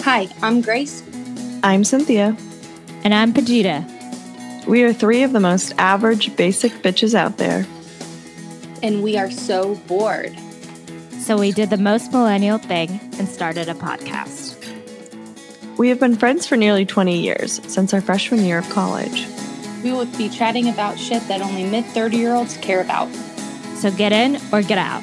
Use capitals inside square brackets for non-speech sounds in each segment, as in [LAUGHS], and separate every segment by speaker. Speaker 1: Hi, I'm Grace.
Speaker 2: I'm Cynthia.
Speaker 3: And I'm Pajita.
Speaker 2: We are three of the most average basic bitches out there.
Speaker 1: And we are so bored.
Speaker 3: So we did the most millennial thing and started a podcast.
Speaker 2: We have been friends for nearly 20 years, since our freshman year of college.
Speaker 1: We will be chatting about shit that only mid 30 year olds care about.
Speaker 3: So get in or get out.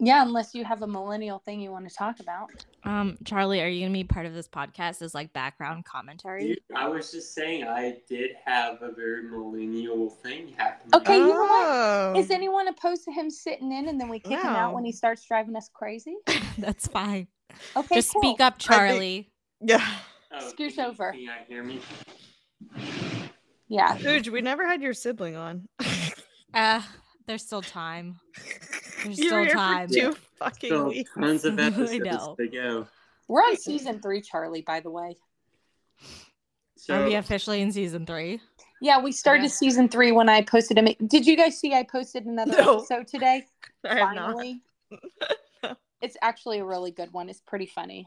Speaker 1: Yeah, unless you have a millennial thing you want to talk about.
Speaker 3: Um, Charlie, are you gonna be part of this podcast as like background commentary?
Speaker 4: [LAUGHS]
Speaker 3: [LAUGHS]
Speaker 5: Dude, I was just saying, I did have a very millennial thing happen.
Speaker 1: Okay, you know what?
Speaker 4: Oh.
Speaker 1: Is anyone opposed to him sitting in and then we kick him out
Speaker 4: No.
Speaker 1: when he starts driving us
Speaker 4: [LAUGHS]
Speaker 1: crazy?
Speaker 3: That's fine.
Speaker 1: Okay,
Speaker 3: Just
Speaker 1: cool.
Speaker 3: speak up, Charlie.
Speaker 4: yeah.
Speaker 5: Oh,
Speaker 1: Scooch
Speaker 5: can you-
Speaker 1: over.
Speaker 5: Can you not hear me?
Speaker 1: Yeah.
Speaker 4: Dude, we never had your sibling on. [LAUGHS]
Speaker 3: Uh, there's still time. There's
Speaker 4: you were
Speaker 3: still
Speaker 4: here
Speaker 3: time.
Speaker 4: for two fucking
Speaker 5: Still
Speaker 4: weeks.
Speaker 1: [LAUGHS]
Speaker 5: tons of
Speaker 3: I
Speaker 5: episodes
Speaker 3: know.
Speaker 5: to go.
Speaker 1: We're on season three, Charlie, by the way.
Speaker 3: Are
Speaker 1: Um,
Speaker 5: So,
Speaker 3: we officially in season three?
Speaker 1: Yeah, we started
Speaker 3: Yeah.
Speaker 1: season three when I posted a. Did you guys see I posted another
Speaker 4: No.
Speaker 1: episode today?
Speaker 4: [LAUGHS] I have not. [LAUGHS]
Speaker 1: Finally. It's actually a really good one. It's pretty funny.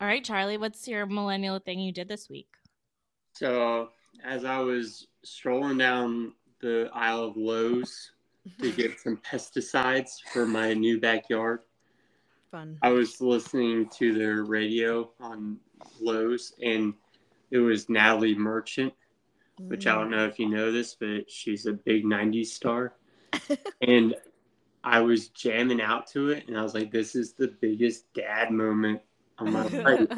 Speaker 3: All right, Charlie, what's your millennial thing you did this week?
Speaker 5: so as I was strolling down the aisle of Lowe's to get some pesticides for my new backyard,
Speaker 4: Fun.
Speaker 5: I was listening to their radio on Lowe's, and it was Natalie Merchant. which I don't know if you know this, but she's a big 90s star. and I was jamming out to it, and I was like, this is the biggest dad moment of my life.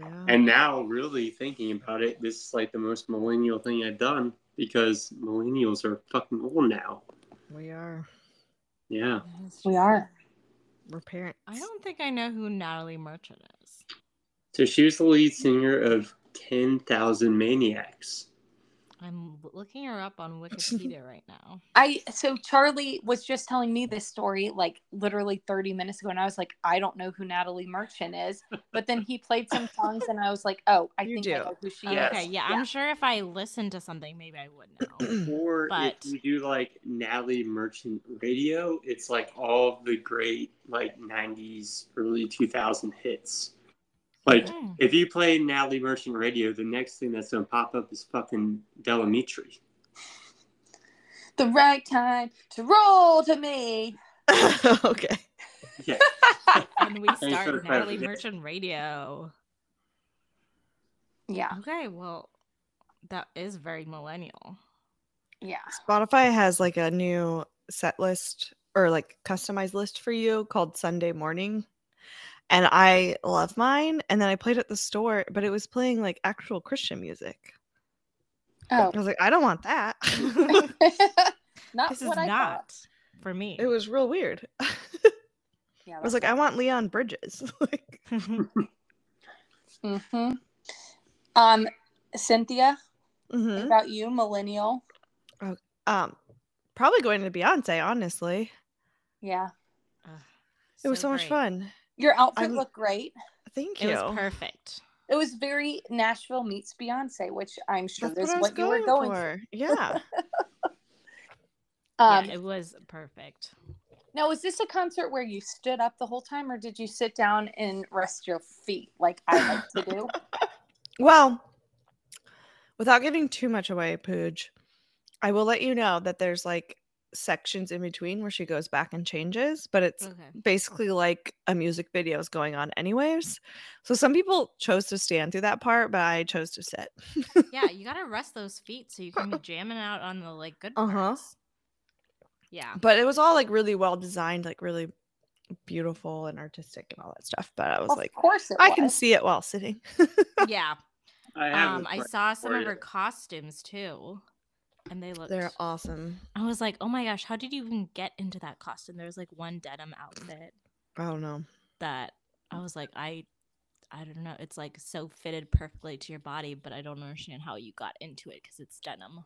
Speaker 4: Yeah.
Speaker 5: and now, really thinking about it, this is like the most millennial thing I've done because millennials are fucking old now.
Speaker 4: we are.
Speaker 5: Yeah.
Speaker 1: We are.
Speaker 4: We're parents.
Speaker 3: [LAUGHS]
Speaker 4: [LAUGHS]
Speaker 3: I don't think I know who Natalie Merchant is.
Speaker 5: So she was the lead singer of 10,000 Maniacs.
Speaker 3: I'm looking her up
Speaker 4: [LAUGHS]
Speaker 3: on Wikipedia right now.
Speaker 1: I so Charlie was just telling me this story like literally 30 minutes ago, and I was like, I don't know who Natalie Merchant is. But then he played some songs, and I was like, Oh, I
Speaker 4: You
Speaker 1: think I
Speaker 4: do.
Speaker 1: know who she
Speaker 3: Oh,
Speaker 1: is.
Speaker 5: Yes.
Speaker 3: Okay, yeah,
Speaker 1: Yeah.
Speaker 3: I'm sure if I listened to something, maybe I would know.
Speaker 5: Or
Speaker 3: But-
Speaker 5: if you do like Natalie Merchant Radio, it's like all of the great like '90s, early 2000 hits. Like [CLEARS THROAT]
Speaker 3: Mm.
Speaker 5: if you play Natalie Merchant Radio, the next thing that's gonna pop up is fucking Delamitri.
Speaker 1: The right time to roll to me.
Speaker 4: okay.
Speaker 5: [LAUGHS] Yeah,
Speaker 3: And we
Speaker 5: for the
Speaker 3: start Natalie
Speaker 5: clarification.
Speaker 3: Merchant Radio.
Speaker 1: Yeah.
Speaker 3: Okay, well, that is very millennial.
Speaker 1: Yeah.
Speaker 4: Spotify has like a new set list or like customized list for you called Sunday Morning. And I love mine. And then I played at the store, but it was playing like actual Christian music. [LAUGHS]
Speaker 1: Oh. [LAUGHS]
Speaker 4: I was like, I don't want that. [LAUGHS] Uh,
Speaker 1: not
Speaker 3: This is
Speaker 1: what I thought.
Speaker 3: not for me. [LAUGHS]
Speaker 4: it was real weird. I
Speaker 1: Yeah,
Speaker 4: was like, I want Leon Bridges. [LAUGHS] like,
Speaker 1: hmm Um, Cynthia,
Speaker 4: mhm.
Speaker 1: about you, millennial.
Speaker 4: um probably going to Beyonce, honestly.
Speaker 1: Yeah,
Speaker 3: Ugh,
Speaker 4: It was so much
Speaker 3: great.
Speaker 4: fun.
Speaker 1: your outfit
Speaker 4: I'm-
Speaker 1: looked great.
Speaker 4: Thank
Speaker 3: It
Speaker 4: you.
Speaker 3: was perfect.
Speaker 1: It was very Nashville meets Beyonce, which I'm sure
Speaker 4: That's what, I
Speaker 1: is
Speaker 4: was
Speaker 1: what you were
Speaker 4: going,
Speaker 1: going for.
Speaker 4: for. Yeah.
Speaker 1: Um,
Speaker 4: Um,
Speaker 3: yeah, it was perfect.
Speaker 1: now, is this a concert where you stood up the whole time, or did you sit down and rest your feet like I
Speaker 4: [LAUGHS]
Speaker 1: like to do?
Speaker 4: well, without giving too much away, Pooj, I will let you know that there's like sections in between where she goes back and changes, but
Speaker 1: Mm.
Speaker 4: it's
Speaker 3: Okay.
Speaker 4: basically like a music video is going on anyways. So some people chose to stand through that part, but I chose to sit. [LAUGHS]
Speaker 3: Yeah, you gotta rest those feet so you can be jamming out on the like good
Speaker 4: Uh-huh.
Speaker 3: parts. Yeah.
Speaker 4: But it was all like really well designed, like really beautiful and artistic and all that stuff. But I was
Speaker 1: of
Speaker 4: like,
Speaker 1: course, it
Speaker 4: I can
Speaker 1: was.
Speaker 4: see it while sitting.
Speaker 3: Yeah.
Speaker 5: I have.
Speaker 3: Um, I
Speaker 5: a-
Speaker 3: saw some of
Speaker 5: for
Speaker 3: her
Speaker 5: you.
Speaker 3: costumes too. And they looked
Speaker 4: They're awesome.
Speaker 3: I was like, oh my gosh, how did you even get into that costume? There was like one denim outfit
Speaker 4: I don't know.
Speaker 3: that I was like, I I don't know. It's like so fitted perfectly to your body, but I don't understand how you got into it because it's denim.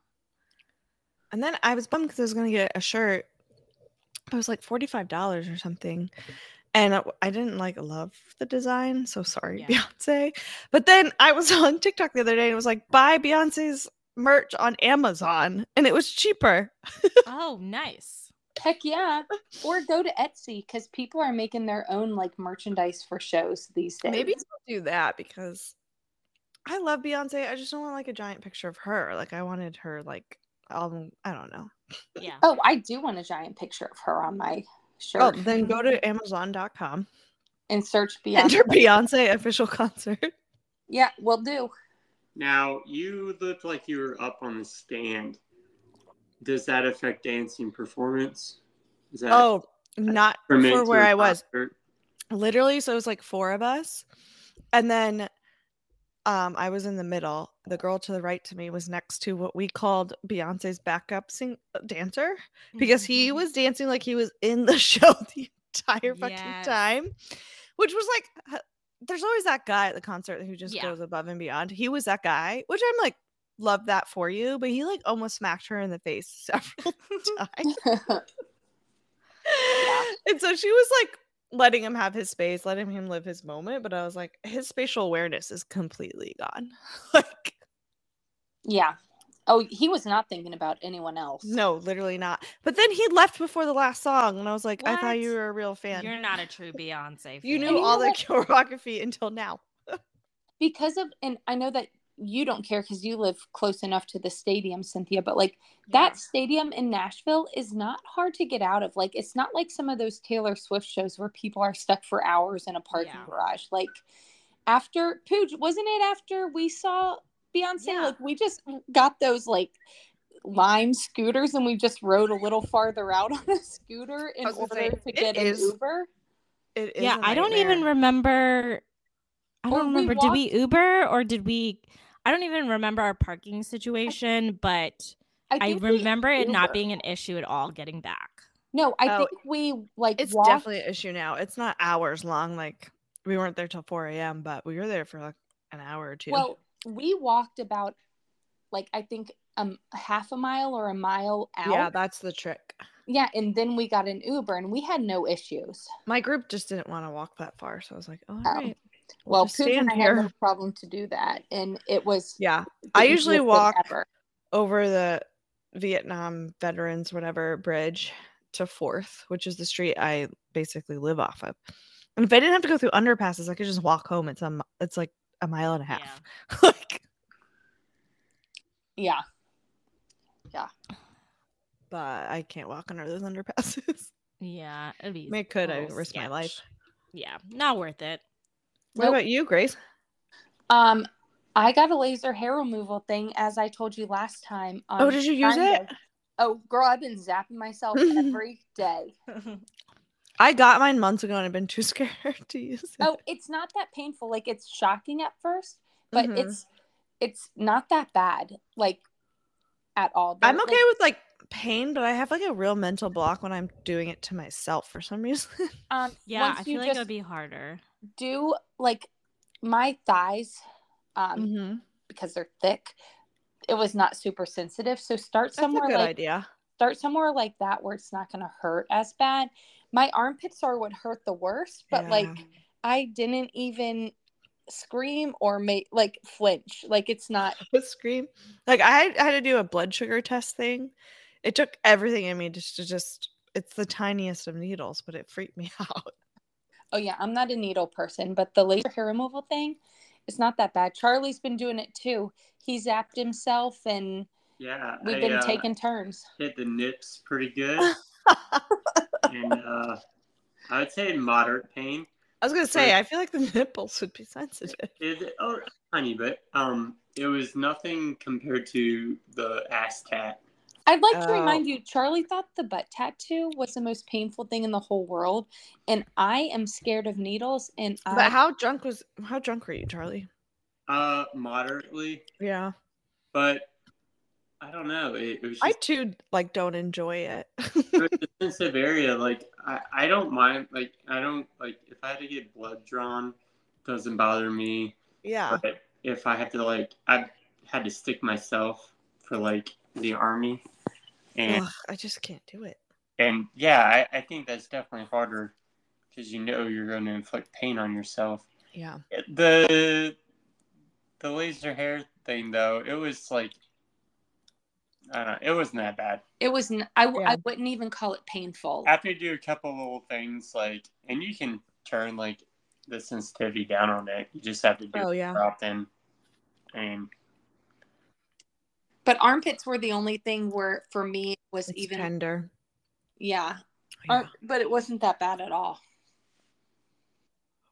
Speaker 4: And then I was bummed because I was gonna get a shirt. It was like forty five dollars or something, and I, I didn't like love the design. So sorry,
Speaker 3: Yeah.
Speaker 4: Beyonce. But then I was [LAUGHS] on TikTok the other day and it was like, buy Beyonce's merch on Amazon, and it was cheaper.
Speaker 3: oh, nice.
Speaker 1: Heck
Speaker 4: [LAUGHS]
Speaker 1: yeah. Or go to Etsy because people are making their own like merchandise for shows these days.
Speaker 4: [LAUGHS] Maybe I'll do that because I love Beyonce. I just don't want like a giant picture of her. Like I wanted her like um I don't know.
Speaker 3: Yeah.
Speaker 1: Oh, I do want a giant picture of her on my shirt.
Speaker 4: Oh, then go to Amazon.com.
Speaker 1: and
Speaker 4: [LAUGHS]
Speaker 1: search
Speaker 4: Enter
Speaker 1: Beyonce.
Speaker 4: Beyonce official concert. [LAUGHS]
Speaker 1: yeah, we'll do. [LAUGHS]
Speaker 5: Now you looked like you were up on the stand. Does that affect dancing performance? Is that
Speaker 4: Oh, not
Speaker 5: from
Speaker 4: for where I was.
Speaker 5: Concert?
Speaker 4: literally so it was like four of us and then um i was in the middle the girl to the right to me was next to what we called beyonce's backup sing- uh, dancer [LAUGHS] because he
Speaker 3: Mhm.
Speaker 4: was dancing like he was in the [LAUGHS] show the entire fucking
Speaker 3: Yes.
Speaker 4: time which was like h- there's always that guy at the concert who just
Speaker 3: Yeah.
Speaker 4: goes above and beyond he was that guy which i'm like love that for you but he like almost smacked her in the face [LAUGHS]
Speaker 3: [LAUGHS]
Speaker 4: several times [LAUGHS] and so she was like letting him have his space, letting him live his moment. But I was like, his spatial awareness is completely gone. [LAUGHS] like,
Speaker 1: yeah. Oh, he was not thinking about anyone else.
Speaker 4: no, literally not. But then he left before the last song, and I was like, I thought you
Speaker 3: What?
Speaker 4: were a real fan.
Speaker 3: You're not a true Beyonce.
Speaker 4: you
Speaker 3: fan.
Speaker 4: knew
Speaker 1: And you
Speaker 4: all
Speaker 1: know
Speaker 4: the
Speaker 1: what?
Speaker 4: [LAUGHS] choreography until now.
Speaker 1: because of and I know that you don't care because you live close enough to the stadium, Cynthia, but like that stadium in Nashville is not hard to get out of. Like it's not like some of those Taylor Swift shows where people are stuck for hours in a parking
Speaker 3: Yeah.
Speaker 1: garage. Like after Pooch, wasn't it after we saw Beyonce?
Speaker 3: Yeah.
Speaker 1: Like we just got those like lime scooters and we just rode a little farther out on a scooter in
Speaker 4: was gonna
Speaker 1: order
Speaker 4: say,
Speaker 1: to
Speaker 4: it
Speaker 1: get an
Speaker 4: is-
Speaker 1: Uber.
Speaker 4: It is
Speaker 3: Yeah,
Speaker 4: a
Speaker 3: I don't even
Speaker 4: nightmare.
Speaker 3: remember. I
Speaker 1: Or
Speaker 3: don't
Speaker 1: we
Speaker 3: remember. did we
Speaker 1: walked-
Speaker 3: Uber or did we? I don't even remember our parking situation, but I,
Speaker 1: think we-
Speaker 3: remember it not
Speaker 1: Uber.
Speaker 3: being an issue at all getting back.
Speaker 1: No, I
Speaker 4: Oh,
Speaker 1: think we like
Speaker 4: It's
Speaker 1: walked
Speaker 4: definitely an issue now. It's not hours long. Like we weren't there till 4 a.m., but we were there for like an hour or two.
Speaker 1: Well, we walked about like I think um a half a mile or a mile out.
Speaker 4: yeah,
Speaker 1: Yeah.
Speaker 4: that's the trick.
Speaker 1: and then we got an Uber and we had no issues.
Speaker 4: My group just didn't want to walk that far, so I was like, oh, all
Speaker 1: Oh.
Speaker 4: right,
Speaker 1: Well,
Speaker 4: just
Speaker 1: Pooh and
Speaker 4: stand
Speaker 1: I
Speaker 4: here.
Speaker 1: had no problem to do that, and it was.
Speaker 4: Yeah,
Speaker 1: the
Speaker 4: I usually
Speaker 1: easiest thing
Speaker 4: walk-
Speaker 1: ever.
Speaker 4: over the Vietnam Veterans whatever bridge to Fourth, which is the street I basically live off of. And if I didn't have to go through underpasses, I could just walk home. It's a, mi- it's like a mile and a half. [LAUGHS] like,
Speaker 1: Yeah,
Speaker 4: but I can't walk under
Speaker 1: [LAUGHS]
Speaker 4: those underpasses.
Speaker 3: Yeah, it'd be
Speaker 4: I mean, I could.
Speaker 3: a
Speaker 4: I
Speaker 3: little
Speaker 4: risk my life.
Speaker 3: sketch. Yeah, not worth it.
Speaker 4: What
Speaker 1: Nope.
Speaker 4: about you, Grace?
Speaker 1: Um, I got a laser hair removal thing, as I told you last time. On
Speaker 4: Oh, did you use
Speaker 1: Sunday.
Speaker 4: it?
Speaker 1: Oh, girl, I've been zapping myself
Speaker 4: [LAUGHS]
Speaker 1: every day.
Speaker 4: I got mine months ago and I've been too [LAUGHS] scared to use it. [LAUGHS]
Speaker 1: Oh, it's not that painful. Like it's shocking at first, but
Speaker 4: Mhm.
Speaker 1: it's it's not that bad. Like at all. They're,
Speaker 4: I'm okay
Speaker 1: like-
Speaker 4: with like pain, but I have like a real mental block when I'm doing it to myself for some reason. [LAUGHS]
Speaker 1: Um,
Speaker 3: Yeah,
Speaker 1: once
Speaker 3: I
Speaker 1: you
Speaker 3: feel like
Speaker 1: just
Speaker 3: it would be harder.
Speaker 1: do like my thighs, [LAUGHS] um,
Speaker 4: mm-hmm.
Speaker 1: because they're thick, it was not super sensitive. So start
Speaker 4: That's a
Speaker 1: somewhere
Speaker 4: good
Speaker 1: like
Speaker 4: idea.
Speaker 1: start somewhere like that where it's not going to hurt as bad. My armpits are what hurt the worst, but
Speaker 4: Yeah.
Speaker 1: like I didn't even scream or make like flinch. Like it's not.
Speaker 4: would scream. Like I had, I had to do a blood sugar test thing. It took everything in me just to just. It's the tiniest of needles, but it freaked me [LAUGHS] out.
Speaker 1: Oh yeah, I'm not a needle person, but the laser hair removal thing, it's not that bad. Charlie's been doing it too. He zapped himself, and
Speaker 5: Yeah,
Speaker 1: we've
Speaker 5: I,
Speaker 1: been
Speaker 5: uh,
Speaker 1: taking turns.
Speaker 5: hit the nips pretty good, and uh, I would say moderate pain.
Speaker 4: I was gonna say, I feel like the [LAUGHS] nipples would be sensitive.
Speaker 5: It, oh, honey, but um, it was nothing compared to the ass tat.
Speaker 1: I'd like to
Speaker 4: Oh.
Speaker 1: remind you, Charlie thought the butt tattoo was the most painful thing in the whole world, and I am scared of needles. And I,
Speaker 4: But how drunk was? How drunk were you, Charlie?
Speaker 5: Uh, moderately,
Speaker 4: Yeah,
Speaker 5: but I don't know. It, it was just
Speaker 4: I too like don't enjoy it.
Speaker 5: But the sensitive area, like I, I don't mind. Like I don't like if I had to get blood drawn, doesn't bother me.
Speaker 4: [LAUGHS] yeah,
Speaker 5: But if I have to like, I had to stick myself for like the army, and
Speaker 4: Ugh, I just can't do it.
Speaker 5: and yeah, I, I think that's definitely harder because you know you're going to inflict pain on yourself.
Speaker 4: Yeah,
Speaker 5: The the laser hair thing though, it was like Uh, it wasn't that bad.
Speaker 1: It was. N- I, w-
Speaker 4: Yeah.
Speaker 1: I wouldn't even call it painful.
Speaker 5: After you do a couple little things, like, and you can turn like the sensitivity down on it. You just have to do
Speaker 4: Oh,
Speaker 5: it
Speaker 4: yeah.
Speaker 5: often. And
Speaker 1: But armpits were the only thing where for me it was
Speaker 4: It's
Speaker 1: even
Speaker 4: tender. Uh,
Speaker 1: yeah.
Speaker 4: Yeah.
Speaker 1: Ar- but it wasn't that bad at [LAUGHS] all.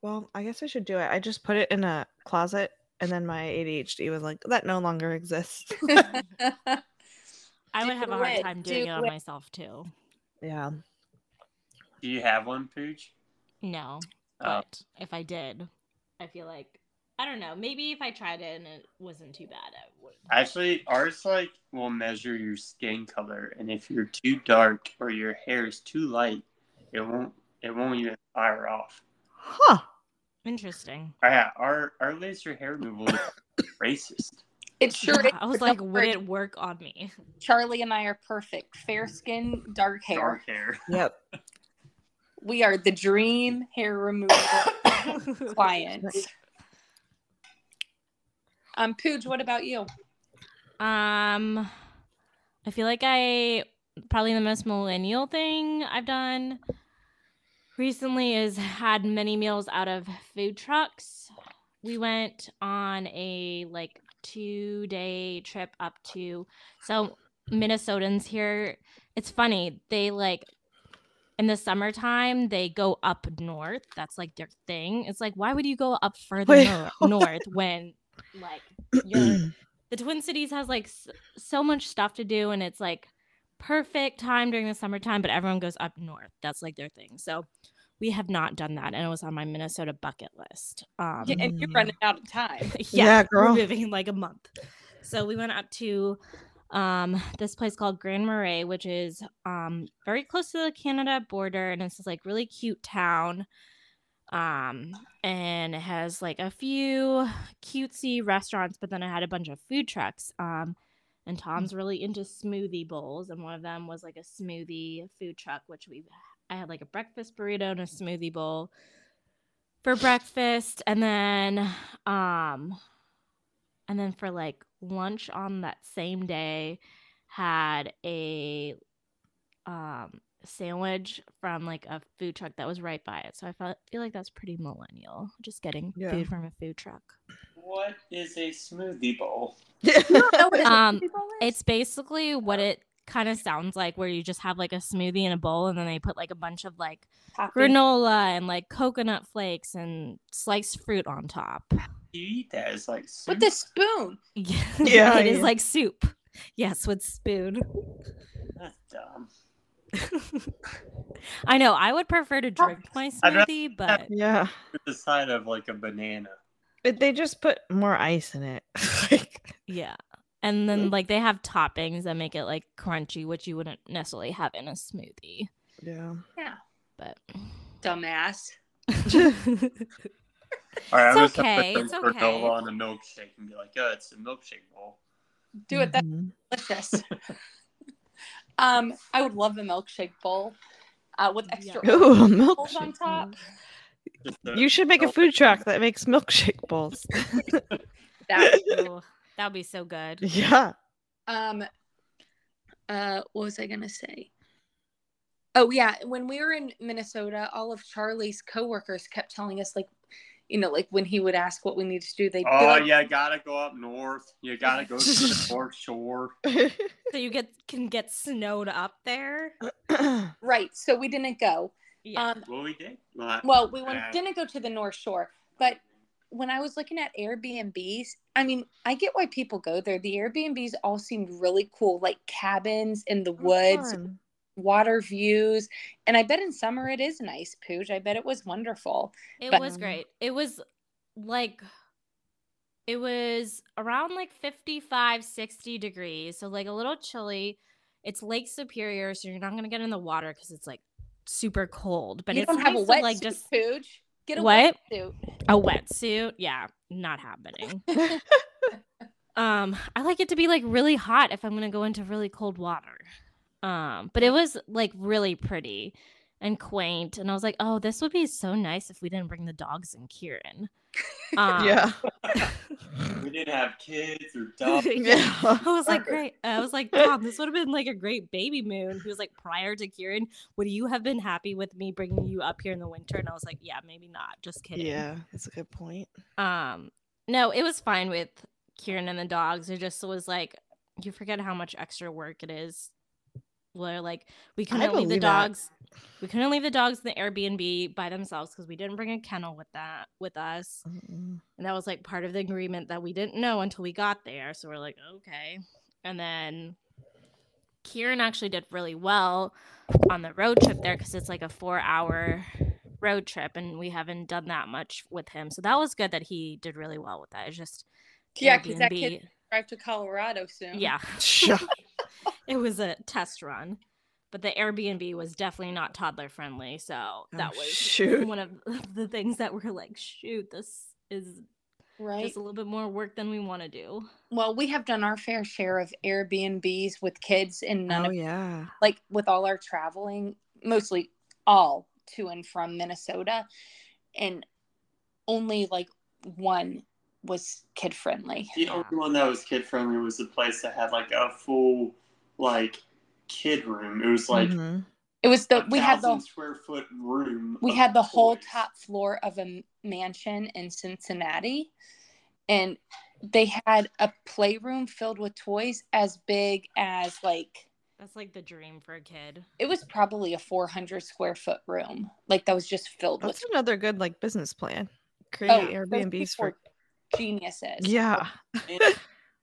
Speaker 4: Well, I guess I should do it. I just put it in a closet, and then my ADHD was like, that no longer exists.
Speaker 3: I would
Speaker 1: Do
Speaker 3: have a hard
Speaker 1: it,
Speaker 3: time
Speaker 1: do
Speaker 3: doing it on
Speaker 1: it.
Speaker 3: myself too.
Speaker 4: yeah.
Speaker 5: do you have one, Pooch?
Speaker 3: No,
Speaker 5: Oh.
Speaker 3: but if I did, I feel like I don't know. Maybe if I tried it and it wasn't too bad, I would.
Speaker 5: Actually, ours like will measure your skin color, and if you're too dark or your hair is too light, it won't it won't even fire off.
Speaker 4: Huh.
Speaker 3: Interesting.
Speaker 5: Oh, yeah, our our laser hair removal is [COUGHS] racist.
Speaker 1: It [LAUGHS] sure is.
Speaker 3: [LAUGHS] I was like, would
Speaker 1: Right.
Speaker 3: it work on me?
Speaker 1: [LAUGHS] Charlie and I are perfect. Fair skin, dark hair.
Speaker 5: Dark hair.
Speaker 4: Yep.
Speaker 1: [LAUGHS] We are the dream hair [COUGHS] removal clients. Um, Pooj, what about you?
Speaker 3: Um, I feel like I probably the most millennial thing I've done recently is had many meals out of food trucks. We went on a like two day trip up to so Minnesotans here. It's funny they like in the summertime they go up north. That's like their thing. It's like why would you go up further
Speaker 4: Wait,
Speaker 3: nor-
Speaker 4: [LAUGHS] what?
Speaker 3: north when like you're the Twin Cities has like s- so much stuff to do, and it's like perfect time during the summertime. But everyone goes up north; that's like their thing. So we have not done that, and it was on my Minnesota bucket list. Um,
Speaker 1: Yeah, and
Speaker 4: Mm.
Speaker 1: you're running out of time.
Speaker 3: [LAUGHS]
Speaker 4: Yeah,
Speaker 3: we're
Speaker 4: girl.
Speaker 3: moving in like a month. So we went up to um this place called Grand Marais, which is um very close to the Canada border, and it's this like really cute town. Um, and it has like a few cutesy restaurants, but then it had a bunch of food trucks. Um, and Tom's really into smoothie bowls, and one of them was like a smoothie food truck, which we I had like a breakfast burrito and a smoothie bowl for breakfast, and then um, and then for like lunch on that same day, had a um sandwich from like a food truck that was right by it. So I felt feel like that's pretty millennial, just getting
Speaker 4: Yeah.
Speaker 3: food from a food truck.
Speaker 5: What is a smoothie bowl?
Speaker 4: [LAUGHS]
Speaker 3: Um, It's basically what it kind of sounds like where you just have like a smoothie in a bowl and then they put like a bunch of like granola and like coconut flakes and sliced fruit on top. [LAUGHS]
Speaker 5: You eat that as like soup?
Speaker 1: with a spoon.
Speaker 3: Yeah,
Speaker 4: Yeah,
Speaker 3: it is
Speaker 4: yeah.
Speaker 3: like soup. Yes, with spoon. [LAUGHS]
Speaker 5: That's [LAUGHS] dumb.
Speaker 3: I know. I would prefer to drink my
Speaker 5: I'd rather
Speaker 3: smoothie,
Speaker 5: have
Speaker 3: but
Speaker 4: yeah.
Speaker 5: With the side of like a banana.
Speaker 4: But they just put more ice in it. [LAUGHS] like,
Speaker 3: yeah. And
Speaker 5: Mm-hmm.
Speaker 3: then like they have toppings that make it like crunchy, which you wouldn't necessarily have in a smoothie.
Speaker 4: yeah.
Speaker 1: [LAUGHS]
Speaker 5: [LAUGHS]
Speaker 3: But
Speaker 1: Dumbass.
Speaker 5: All right,
Speaker 3: It's
Speaker 5: I'm just gonna
Speaker 3: okay,
Speaker 5: put
Speaker 3: it's
Speaker 5: some
Speaker 3: okay.
Speaker 5: granola on a milkshake and be like, oh, it's a milkshake bowl.
Speaker 1: Do it. That's
Speaker 4: Mm-hmm.
Speaker 1: delicious. [LAUGHS] um, I would love a milkshake bowl uh, with extra
Speaker 3: Yeah.
Speaker 4: Ooh, a
Speaker 1: bowls on
Speaker 4: milkshake.
Speaker 1: top.
Speaker 5: Just a-
Speaker 4: You should make a
Speaker 5: milk-
Speaker 4: food truck that makes milkshake
Speaker 1: [LAUGHS]
Speaker 4: bowls. [LAUGHS]
Speaker 1: That
Speaker 3: Ooh, that would be so good.
Speaker 4: yeah.
Speaker 1: um uh what was i gonna say oh yeah when we were in minnesota all of charlie's coworkers kept telling us like you know like when he would ask what we need to do they'd be
Speaker 5: Oh,
Speaker 1: like,
Speaker 5: you gotta go up north. You gotta go to the North Shore.
Speaker 3: So you get can get snowed up there.
Speaker 1: right so we didn't go
Speaker 3: Yeah.
Speaker 1: um
Speaker 5: Well, we did. Well,
Speaker 1: well we went,
Speaker 5: Yeah.
Speaker 1: didn't go to the north shore but when i was looking at airbnbs i mean i get why people go there the airbnbs all seemed really cool like cabins in the woods
Speaker 4: Oh, Fun.
Speaker 1: water views and i bet in summer it is nice pooch i bet it was wonderful
Speaker 3: It
Speaker 1: But-
Speaker 3: was great. It was like it was around like 55 60 degrees, so like a little chilly. It's Lake Superior, so you're not going to get in the water cuz it's like super cold, but
Speaker 1: you
Speaker 3: it's
Speaker 1: don't have a
Speaker 3: nice to,
Speaker 1: wetsuit,
Speaker 3: like just
Speaker 1: Pooj. Get a
Speaker 3: What?
Speaker 1: wetsuit.
Speaker 3: a wetsuit. Yeah, not
Speaker 4: [LAUGHS]
Speaker 3: happening. um I like it to be like really hot if I'm going to go into really cold water. Um but it was like really pretty and quaint and I was like, "Oh, this would be so nice if we didn't bring the dogs and Kieran." Um,
Speaker 4: [LAUGHS] yeah.
Speaker 5: [LAUGHS] we didn't have kids
Speaker 4: [LAUGHS]
Speaker 5: or dogs.
Speaker 4: Yeah.
Speaker 3: Um, I was like, great. I
Speaker 4: [LAUGHS]
Speaker 3: was like, Tom, this would have been like a great baby moon. He was like, prior to Kieran, would you have been happy with me bringing you up here in the winter? And I was like, yeah, maybe not. Just kidding.
Speaker 4: Yeah, that's a good point.
Speaker 3: Um, no, it was fine with Kieran and the dogs. It just was like, you forget how much extra work it is. Where like we couldn't leave the
Speaker 4: believe that.
Speaker 3: dogs, we couldn't leave the dogs in the Airbnb by themselves because we didn't bring a kennel with that with us.
Speaker 4: Mm-hmm.
Speaker 3: And that was like part of the agreement that we didn't know until we got there. So we're like, okay. And then Kieran actually did really well on the road trip there because it's like a four hour road trip and we haven't done that much with him. So that was good that he did really well with that. It's just
Speaker 1: Yeah, because that kid
Speaker 3: Airbnb-
Speaker 1: drive to Colorado soon.
Speaker 3: Yeah. [LAUGHS]
Speaker 4: Sure.
Speaker 3: it was a test run. But the Airbnb was definitely not toddler friendly. So that was
Speaker 4: shoot.
Speaker 3: one of [LAUGHS] the things that we're like, shoot, this is
Speaker 1: right.
Speaker 3: just a little bit more work than we want to do.
Speaker 1: Well, we have done our fair share of Airbnbs with kids, and none
Speaker 4: Oh
Speaker 1: of
Speaker 4: yeah.
Speaker 1: like with all our traveling, mostly all to and from Minnesota, and only like one was kid friendly.
Speaker 5: The only one that was kid friendly was the place that had like a full like kid room. It was like
Speaker 4: Mhm.
Speaker 1: It was the
Speaker 5: a
Speaker 1: we had the
Speaker 5: thousand square foot room.
Speaker 1: we
Speaker 5: of
Speaker 1: had the whole
Speaker 5: toys.
Speaker 1: top floor of a m- mansion in Cincinnati, and they had a playroom filled with toys as big as like
Speaker 3: That's like the dream for a kid. [LAUGHS]
Speaker 1: it was probably a 400 square foot room like that was just filled with Oh,
Speaker 4: That's another good like business plan. Create
Speaker 1: those
Speaker 4: Airbnbs for.
Speaker 1: people are geniuses.
Speaker 4: Yeah.
Speaker 5: And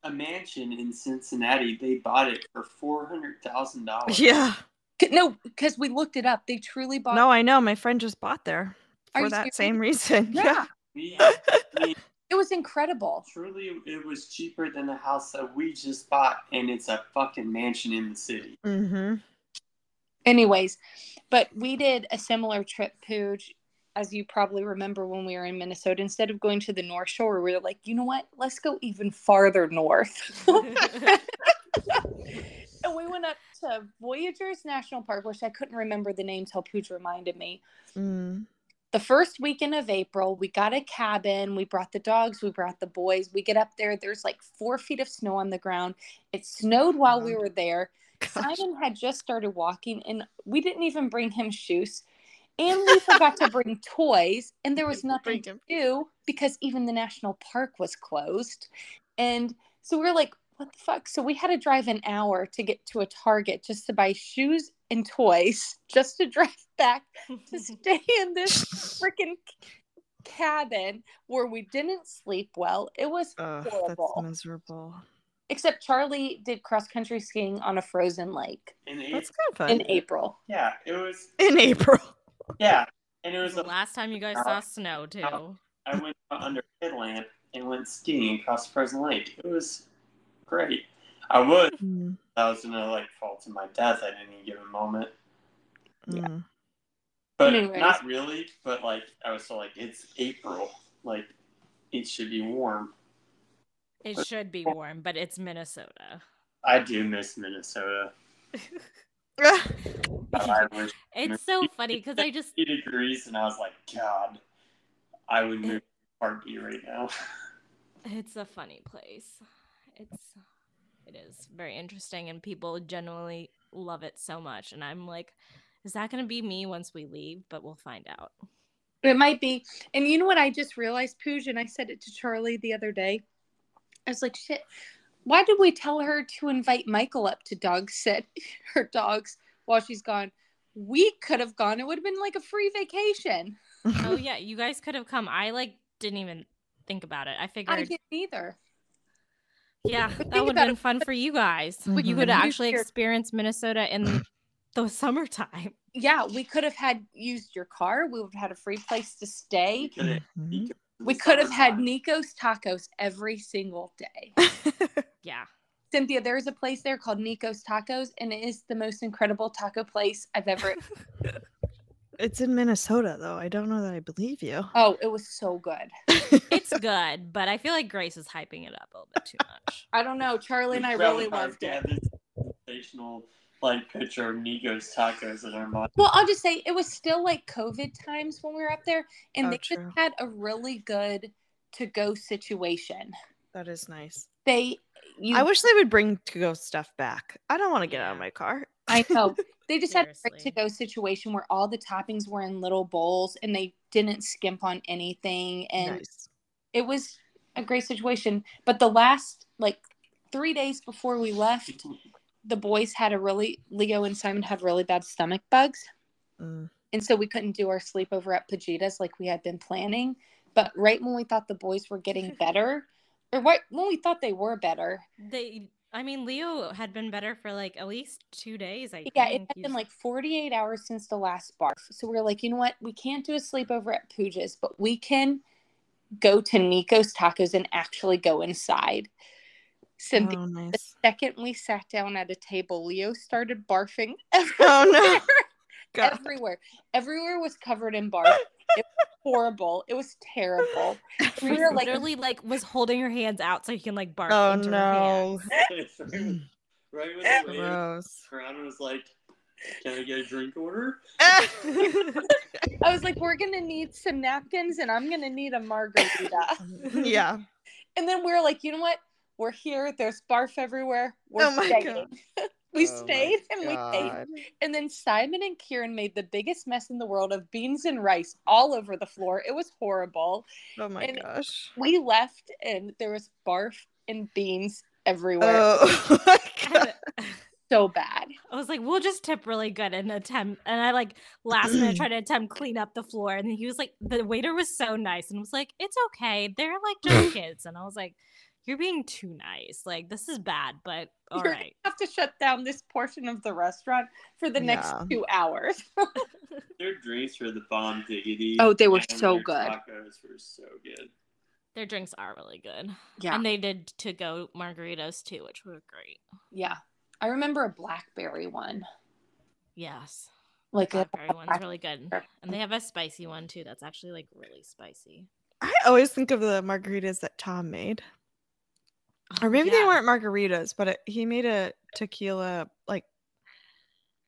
Speaker 5: a mansion in Cincinnati. They bought it for four hundred thousand dollars.
Speaker 4: [LAUGHS] Yeah.
Speaker 1: C- No, because we looked it up. They truly bought.
Speaker 4: No, I know. My friend just bought there
Speaker 1: Are
Speaker 4: for
Speaker 1: you
Speaker 4: that
Speaker 1: serious?
Speaker 4: same reason. [LAUGHS]
Speaker 1: Yeah.
Speaker 5: We,
Speaker 1: It was incredible.
Speaker 5: truly, it was cheaper than the house that we just bought, and it's a fucking mansion in the city.
Speaker 4: Mm-hmm.
Speaker 1: Anyways, but we did a similar trip, Pooge, as you probably remember when we were in Minnesota. Instead of going to the North Shore, we were like, you know what? Let's go even farther north. [LAUGHS] and we went up to Voyagers National Park, which I couldn't remember the name till Pooge reminded me.
Speaker 4: Mm.
Speaker 1: the first weekend of April, we got a cabin. We brought the dogs. We brought the boys. We get up there. There's like four feet of snow on the ground. It snowed while we
Speaker 4: Wow.
Speaker 1: were there.
Speaker 4: Gosh.
Speaker 1: Simon had just started walking, and we didn't even bring him shoes. And we forgot to
Speaker 4: [LAUGHS]
Speaker 1: bring toys, and there was nothing
Speaker 4: Bring
Speaker 1: to
Speaker 4: him.
Speaker 1: do because even the national park was closed. And so we were like, what the fuck? So we had to drive an hour to get to a Target just to buy shoes and toys [LAUGHS] just to drive back
Speaker 4: [LAUGHS]
Speaker 1: to stay in [LAUGHS] this freaking cabin where we didn't sleep well. It was
Speaker 4: Ugh,
Speaker 1: horrible.
Speaker 4: that's
Speaker 1: [LAUGHS]
Speaker 4: miserable.
Speaker 1: except Charlie did cross country skiing on a frozen lake
Speaker 5: And it,
Speaker 4: That's kind of fun.
Speaker 1: in April.
Speaker 5: yeah, it was
Speaker 4: in April.
Speaker 5: yeah, and it
Speaker 3: It
Speaker 5: was
Speaker 3: was the
Speaker 5: a
Speaker 3: last time you guys
Speaker 1: uh,
Speaker 3: saw snow too.
Speaker 5: I went out under headlamp and went skiing across Frozen Lake. It was great. I would.
Speaker 4: Mm,
Speaker 5: I was gonna like fall to my death at any given moment,
Speaker 1: Yeah. [LAUGHS]
Speaker 4: mm.
Speaker 5: but
Speaker 1: Anyways.
Speaker 5: not really. But like I was still like, it's April, like it should be warm.
Speaker 3: It should be warm, but it's Minnesota.
Speaker 1: [LAUGHS]
Speaker 3: [LAUGHS]
Speaker 5: I do miss Minnesota.
Speaker 4: [LAUGHS]
Speaker 1: [LAUGHS]
Speaker 5: I wish
Speaker 3: It's so funny because I just
Speaker 5: it degrees, and I was like, God, I would move to Harvey right now.
Speaker 3: it's a funny place. It's it is very interesting and people generally love it so much and I'm like is that going to be me once we leave? But we'll find out.
Speaker 1: [LAUGHS] It might be. And you know what I just realized, Pooj, and I said it to Charlie the other day. I was like, shit, why did we tell her to invite Michael up to dog sit [LAUGHS] her dogs while she's gone? We could have gone. It would have been like a free vacation.
Speaker 3: Oh yeah, you guys could have come. I like didn't even think about it. I
Speaker 1: I
Speaker 3: figured
Speaker 1: didn't either.
Speaker 3: Yeah,
Speaker 1: But
Speaker 3: that
Speaker 1: think
Speaker 3: would
Speaker 1: about
Speaker 3: have been
Speaker 1: it,
Speaker 3: fun for you guys.
Speaker 4: But
Speaker 3: You
Speaker 4: you
Speaker 3: could [LAUGHS]
Speaker 1: can use
Speaker 3: actually
Speaker 1: your-
Speaker 3: experience Minnesota in [LAUGHS] the summertime. [LAUGHS]
Speaker 1: Yeah, we could have had used your car. We would have had a free place to stay.
Speaker 5: Could've- [LAUGHS]
Speaker 4: Mhm.
Speaker 1: Mm-hmm. We could have had
Speaker 5: Summertime.
Speaker 1: Nico's Tacos every single day.
Speaker 3: Yeah.
Speaker 1: Cynthia, there is a place there called Nico's Tacos, and it is the most incredible taco place I've ever.
Speaker 4: it's in Minnesota, though. I don't know that I
Speaker 1: [LAUGHS]
Speaker 4: believe you. [LAUGHS]
Speaker 1: oh, it was so good.
Speaker 3: It's good, but I feel like Grace is hyping it up a little bit too much.
Speaker 1: I don't know. Charlie and I really loved
Speaker 5: Yeah,
Speaker 1: it.
Speaker 5: this sensational like picture of Nico's tacos in our mind. [LAUGHS]
Speaker 1: Well, I'll just say it was still like COVID times when we were up there, and
Speaker 4: Oh,
Speaker 1: they just
Speaker 4: true.
Speaker 1: had a really good to go situation.
Speaker 4: That is nice.
Speaker 1: They, you,
Speaker 4: I wish they would bring to go stuff back. I don't want to get out of
Speaker 3: Yeah.
Speaker 4: my car.
Speaker 1: I
Speaker 4: [LAUGHS]
Speaker 1: know. They just had a
Speaker 3: Seriously.
Speaker 1: to go situation where all the toppings were in little bowls and they didn't skimp on anything. And
Speaker 4: nice.
Speaker 1: it was a great situation. But the last like three days before we left, the boys had a really Leo and Simon had really bad stomach bugs,
Speaker 4: Mm.
Speaker 1: and so we couldn't do our sleepover at Pajita's like we had been planning. But right when we thought the boys were
Speaker 4: [LAUGHS]
Speaker 1: getting better, or right when we thought they were better,
Speaker 3: They, I mean, Leo had been better for like at least two days. I
Speaker 1: yeah, it
Speaker 3: think.
Speaker 1: had
Speaker 3: He's-
Speaker 1: been
Speaker 3: [LAUGHS]
Speaker 1: like 48 hours since the last barf. So we are like, you know what? We can't do a sleepover at Pooja's, but we can go to Nico's Tacos and actually go inside. Cynthia [LAUGHS]
Speaker 4: Oh,
Speaker 1: The
Speaker 4: nice.
Speaker 1: second we sat down at a table, Leo started barfing [LAUGHS] everywhere.
Speaker 4: Oh
Speaker 1: [LAUGHS]
Speaker 4: no. God.
Speaker 1: everywhere. Everywhere was covered in barf. it was horrible. It was terrible. We
Speaker 3: Reese
Speaker 1: were like,
Speaker 3: literally like was holding her hands out so he can like bark.
Speaker 1: [LAUGHS]
Speaker 4: Oh
Speaker 3: into her hand.
Speaker 4: no.
Speaker 5: It's right when the waiter
Speaker 4: Gross.
Speaker 5: around was like, "Can I get a drink order?"
Speaker 1: I was like, we're gonna need some napkins and I'm gonna need a margarita.
Speaker 4: [LAUGHS]
Speaker 3: [LAUGHS]
Speaker 4: yeah.
Speaker 1: and then we were like, you know what? We're here. There's barf everywhere. We're
Speaker 4: Oh my
Speaker 1: staying.
Speaker 4: God.
Speaker 1: [LAUGHS] We
Speaker 4: Oh my
Speaker 1: stayed and we stayed.
Speaker 4: God.
Speaker 1: And then Simon and Kieran made the biggest mess in the world of beans and rice all over the floor. It was horrible.
Speaker 4: Oh my
Speaker 1: And-
Speaker 4: gosh.
Speaker 1: We left and there was barf and beans everywhere.
Speaker 4: Oh [LAUGHS] my God.
Speaker 3: And
Speaker 1: so bad.
Speaker 3: I was like, we'll just tip really good and attempt. And I like last minute tried to attempt clean up the floor. And he was like, the waiter was so nice and was like, it's okay. They're like
Speaker 1: [LAUGHS]
Speaker 3: just kids. And I was like, you're being too nice. Like, this is bad, but all
Speaker 1: [LAUGHS] You're
Speaker 3: right.
Speaker 1: Have to shut down this portion of the restaurant for the next
Speaker 4: Yeah.
Speaker 1: two hours.
Speaker 5: Their drinks were the bomb diggity.
Speaker 1: Oh, they were
Speaker 5: and
Speaker 1: so
Speaker 5: their
Speaker 1: good.
Speaker 5: Tacos were so good.
Speaker 3: Their drinks are really good.
Speaker 1: Yeah.
Speaker 3: And they did to go margaritas too, which were great.
Speaker 1: yeah. I remember a blackberry one.
Speaker 3: Yes.
Speaker 1: Like a
Speaker 3: Blackberry one's really good. And they have a spicy one too. That's actually like really spicy.
Speaker 4: I always think of the margaritas that Tom made. Or maybe they
Speaker 3: Yeah.
Speaker 4: weren't margaritas, but it, he made a tequila, like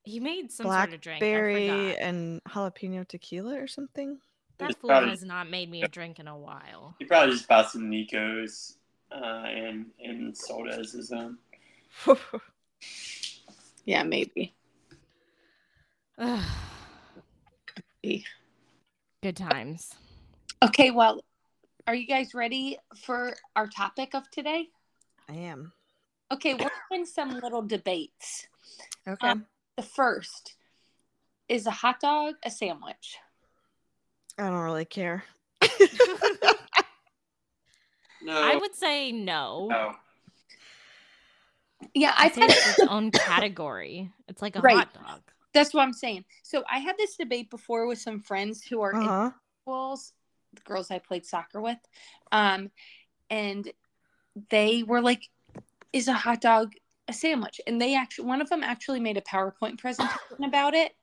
Speaker 3: He made some sort of drink. I
Speaker 4: berry
Speaker 3: forgot.
Speaker 4: and jalapeno tequila
Speaker 1: [LAUGHS]
Speaker 4: or something.
Speaker 3: That
Speaker 5: It's
Speaker 3: fool
Speaker 1: Um,
Speaker 5: probably-
Speaker 3: has not made me a drink in a while.
Speaker 5: He probably just bought some Nico's uh, and and sold it as his own.
Speaker 1: Yeah, maybe.
Speaker 3: [SIGHS]
Speaker 1: Maybe.
Speaker 3: Good times.
Speaker 1: Okay, well, are you guys ready for our topic of today?
Speaker 4: I am.
Speaker 1: Okay, we're doing some little debates. Uh,
Speaker 4: Okay.
Speaker 1: The first is a hot dog a sandwich?
Speaker 4: I don't really care.
Speaker 1: [LAUGHS]
Speaker 5: No, Oh,
Speaker 3: I would say no.
Speaker 5: no.
Speaker 1: Yeah, I've
Speaker 3: I'd
Speaker 1: [LAUGHS]
Speaker 3: say
Speaker 1: had
Speaker 3: it's its own category. It's like a
Speaker 1: Right.
Speaker 4: [LAUGHS]
Speaker 3: hot dog.
Speaker 1: that's what I'm saying. So I had this debate before with some friends who are
Speaker 4: Uh huh.
Speaker 1: individuals, the girls I played soccer with, um, and they were like, "Is a hot dog a sandwich?" And they actually, one of them actually made a PowerPoint presentation about it.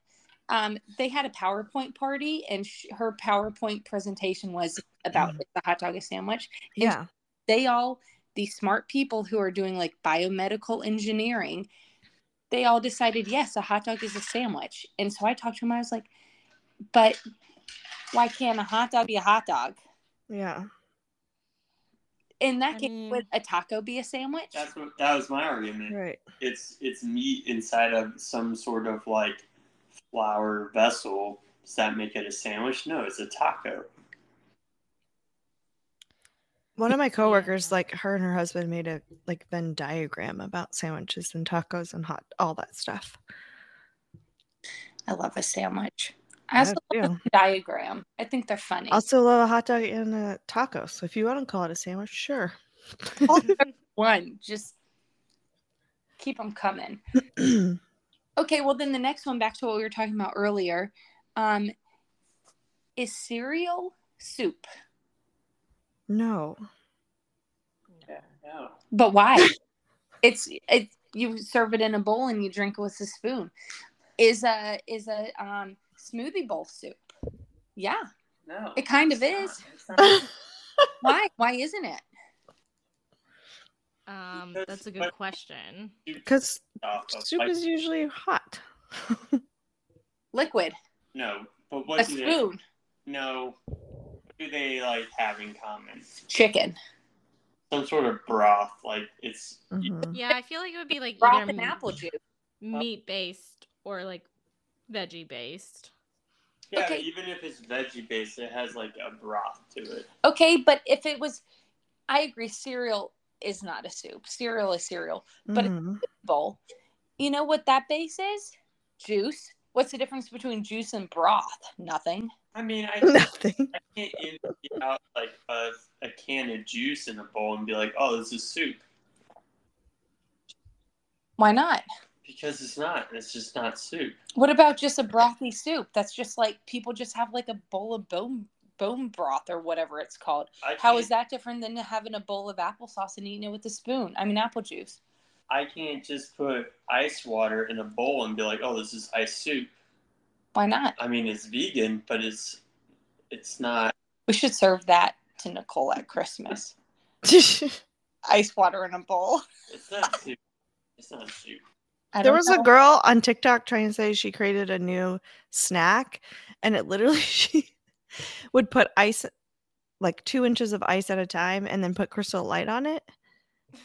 Speaker 1: Um, they had a PowerPoint party, and sh- her PowerPoint presentation was about is the hot dog a sandwich.
Speaker 4: Yeah.
Speaker 1: They all, the smart people who are doing like biomedical engineering, they all decided yes, a hot dog is a sandwich. And so I talked to him. I was like, but why can't a hot dog be a hot dog?
Speaker 4: Yeah.
Speaker 1: In that
Speaker 3: I
Speaker 1: case,
Speaker 3: mean-
Speaker 1: would a taco be a sandwich?
Speaker 5: That's what that was my argument.
Speaker 4: Right.
Speaker 5: It's it's meat inside of some sort of like flour vessel. Does that make it a sandwich? No, it's a taco.
Speaker 4: One of my coworkers, like her and her husband, made a like Venn diagram about sandwiches and tacos and hot all that stuff.
Speaker 1: I love a sandwich. I also
Speaker 4: I
Speaker 1: love
Speaker 4: do.
Speaker 1: a diagram. I think they're funny.
Speaker 4: Also love a hot dog and a taco. So if you want to call it a sandwich, Oh, sure.
Speaker 1: One, just keep them coming. Oh. Okay, well then the next one back to what we were talking about earlier. Um, is cereal soup?
Speaker 4: [CLEARS THROAT]
Speaker 1: [LAUGHS]
Speaker 4: no.
Speaker 5: Yeah. No.
Speaker 1: But why? it's it. You serve it in a bowl and you drink it with a spoon. Is a is a um, smoothie bowl soup? Yeah.
Speaker 5: No.
Speaker 1: It kind of
Speaker 5: It's
Speaker 1: is.
Speaker 5: not. It's
Speaker 1: Why? Why isn't it?
Speaker 3: Um,
Speaker 5: Because-
Speaker 3: that's a good
Speaker 5: but-
Speaker 3: question.
Speaker 1: [LAUGHS]
Speaker 4: Because
Speaker 5: not off of
Speaker 4: soup
Speaker 5: like-
Speaker 4: is usually hot.
Speaker 1: Liquid.
Speaker 5: no, but
Speaker 1: A
Speaker 5: what?
Speaker 1: spoon.
Speaker 5: No. do they like have in common?
Speaker 1: Chicken.
Speaker 5: Some sort of broth. Like it's
Speaker 4: Mhm.
Speaker 3: Yeah, I feel like it would be like
Speaker 1: Broth
Speaker 3: either
Speaker 1: and apple juice.
Speaker 3: meat based or like veggie based.
Speaker 5: yeah.
Speaker 1: Okay.
Speaker 5: Even if it's veggie based, it has like a broth to it.
Speaker 1: Okay, but if it was, I agree, cereal is not a soup. Cereal is cereal. But-
Speaker 4: Mhm.
Speaker 1: [LAUGHS] Bowl. You know what that base is? Juice. What's the difference between juice and broth? Nothing.
Speaker 5: I mean,
Speaker 4: [LAUGHS]
Speaker 5: I
Speaker 4: nothing.
Speaker 5: I can't empty out like a, a can of juice in a bowl and be like, oh, this is soup
Speaker 1: Why not?
Speaker 5: because it's not. It's just not soup.
Speaker 1: What about just a brothy soup? That's just like people just have like a bowl of bone bone broth or whatever it's called.
Speaker 5: I
Speaker 1: How
Speaker 5: can't-
Speaker 1: is that different than having a bowl of applesauce and eating it with a spoon? I mean apple juice.
Speaker 5: I can't just put ice water in a bowl and be like, oh, this is ice soup.
Speaker 1: Why not?
Speaker 5: I mean, it's vegan, but it's it's not.
Speaker 1: We should serve that to Nicole at Christmas. Ice water in a bowl.
Speaker 5: It's not
Speaker 1: [LAUGHS]
Speaker 5: soup. It's not soup.
Speaker 1: I
Speaker 4: there
Speaker 1: don't
Speaker 4: was
Speaker 1: know.
Speaker 4: a girl on TikTok trying to say she created a new snack, and it literally [LAUGHS] she would put ice, like two inches of ice at a time, and then put crystal light on it,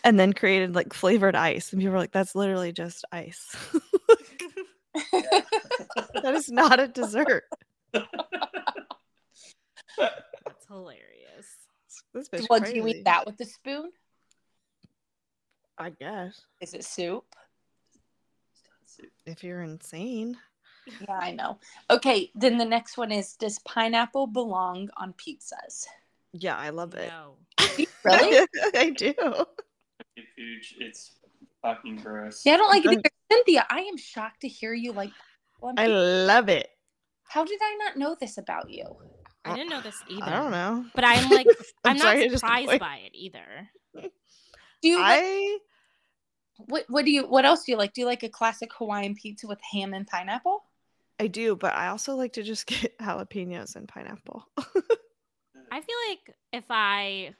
Speaker 4: and then created like flavored ice. And people were like, "That's literally just ice. [LAUGHS] that is not a dessert."
Speaker 3: That's hilarious.
Speaker 4: This bitch
Speaker 1: [LAUGHS] Well, do
Speaker 4: crazy.
Speaker 1: you eat that with a spoon?
Speaker 4: I guess
Speaker 1: Is it soup?
Speaker 4: if you're insane,
Speaker 1: Yeah, I know. Okay, then the next one is Does pineapple belong on pizzas?
Speaker 4: [LAUGHS] yeah, I love it.
Speaker 3: No.
Speaker 1: Really?
Speaker 4: [LAUGHS] I do.
Speaker 5: Food, It's fucking gross.
Speaker 1: yeah, I don't like it
Speaker 4: Okay.
Speaker 1: either. Cynthia, I am shocked to hear you like. pineapple on
Speaker 4: I
Speaker 1: pizza.
Speaker 4: love it.
Speaker 1: How did I not know this about you?
Speaker 3: I didn't know this either.
Speaker 4: I don't know,
Speaker 3: But
Speaker 4: [LAUGHS]
Speaker 3: I'm like I'm,
Speaker 4: sorry, I
Speaker 3: not
Speaker 4: just
Speaker 3: surprised
Speaker 4: [LAUGHS] avoid-
Speaker 3: by it either.
Speaker 1: Do you like,
Speaker 4: I
Speaker 1: what? What do you? What else do you like? Do you like a classic Hawaiian pizza with ham and pineapple?
Speaker 4: I do, but I also like to just [LAUGHS] get jalapenos and pineapple.
Speaker 3: I feel like if I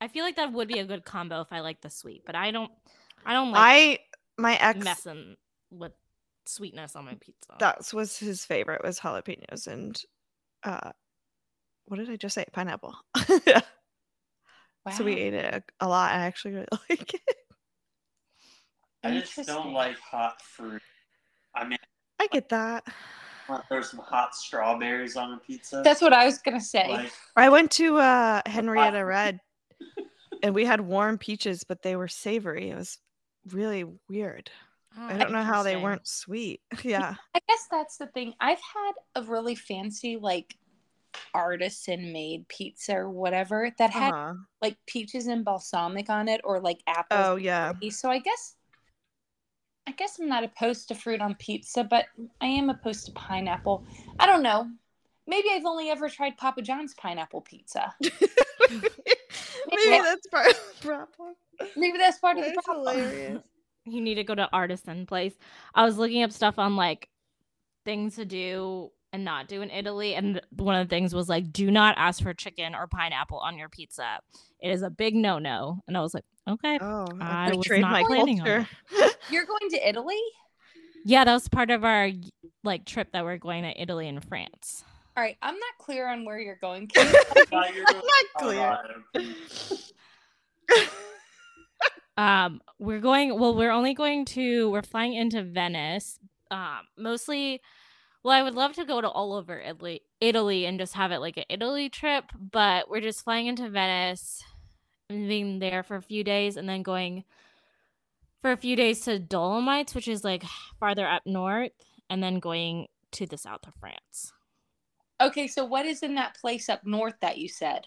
Speaker 3: I feel like that would be a good combo if I like the sweet, but I don't I don't like
Speaker 4: I my ex
Speaker 3: messing with sweetness on my pizza.
Speaker 4: that was his favorite was jalapenos and uh what did I just say? Pineapple. So we ate it a, a lot. I actually really [LAUGHS] like it.
Speaker 5: I just don't
Speaker 1: Interesting.
Speaker 5: like hot fruit. I mean,
Speaker 4: I get that.
Speaker 5: I want to throw some hot strawberries on a pizza.
Speaker 1: That's what I was gonna say.
Speaker 5: like,
Speaker 4: I went to uh Henrietta Red
Speaker 1: [LAUGHS]
Speaker 4: and we had warm peaches, but they were savory. It was really weird.
Speaker 3: Ah,
Speaker 1: Oh,
Speaker 4: I don't know how they weren't sweet. [LAUGHS] Yeah.
Speaker 1: I guess that's the thing. I've had a really fancy like artisan made pizza or whatever that had
Speaker 4: Uh-huh.
Speaker 1: like peaches and balsamic on it or like apples. [LAUGHS]
Speaker 4: Oh yeah. [LAUGHS]
Speaker 1: So I guess I guess I'm not opposed to fruit on pizza, but I am opposed to pineapple. I don't know. Maybe I've only ever tried Papa John's pineapple pizza.
Speaker 4: Maybe that's part of the problem.
Speaker 1: Maybe that's part of the
Speaker 4: That's
Speaker 1: problem.
Speaker 4: hilarious.
Speaker 3: You need to go to artisan place. I was looking up stuff on like things to do and not do in Italy, and th- one of the things was like, do not ask for chicken or pineapple on your pizza. It is a big no no. And I was like, okay,
Speaker 4: Oh,
Speaker 3: I
Speaker 4: I
Speaker 3: was
Speaker 4: betrayed
Speaker 3: not
Speaker 4: my
Speaker 3: planning on
Speaker 4: culture. [LAUGHS]
Speaker 1: You're going to Italy?
Speaker 3: yeah, that was part of our like trip that we're going to Italy and France.
Speaker 1: All right, I'm not clear on where you're going. Can you
Speaker 3: [LAUGHS]
Speaker 1: [LAUGHS]
Speaker 5: Now you're going
Speaker 1: Oh,
Speaker 5: to
Speaker 4: clear.
Speaker 5: Colorado.
Speaker 4: [LAUGHS]
Speaker 3: Um, we're going. Well, we're only going to. We're flying into Venice. Um, mostly. Well, I would love to go to all over Italy, Italy, and just have it like an Italy trip. But we're just flying into Venice, and being there for a few days, and then going for a few days to Dolomites, which is like farther up north, and then going to the south of France.
Speaker 1: Okay, so what is in that place up north that you said?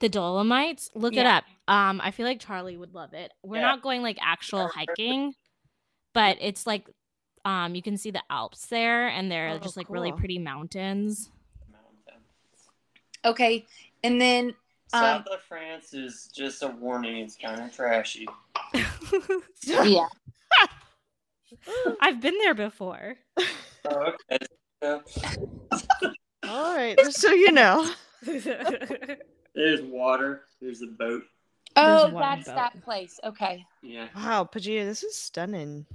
Speaker 3: The Dolomites. Look it
Speaker 1: Yeah.
Speaker 3: up. Um, I feel like Charlie would love it. We're
Speaker 5: Yeah.
Speaker 3: not going like actual hiking, but it's like um you can see the Alps there and they're
Speaker 4: Oh,
Speaker 3: just like really
Speaker 4: cool.
Speaker 3: pretty mountains.
Speaker 5: Mountain.
Speaker 1: Okay, and then
Speaker 5: South of France is just a warning. It's kind of trashy.
Speaker 1: [LAUGHS] yeah,
Speaker 3: I've been there before.
Speaker 1: [LAUGHS]
Speaker 5: Oh, okay. So,
Speaker 4: All right, just so you know.
Speaker 5: there's water. There's a boat.
Speaker 1: Oh,
Speaker 3: There's one
Speaker 1: that's
Speaker 3: boat.
Speaker 1: that place. Okay. [GASPS]
Speaker 5: Yeah.
Speaker 4: Wow, Pajia, this is stunning.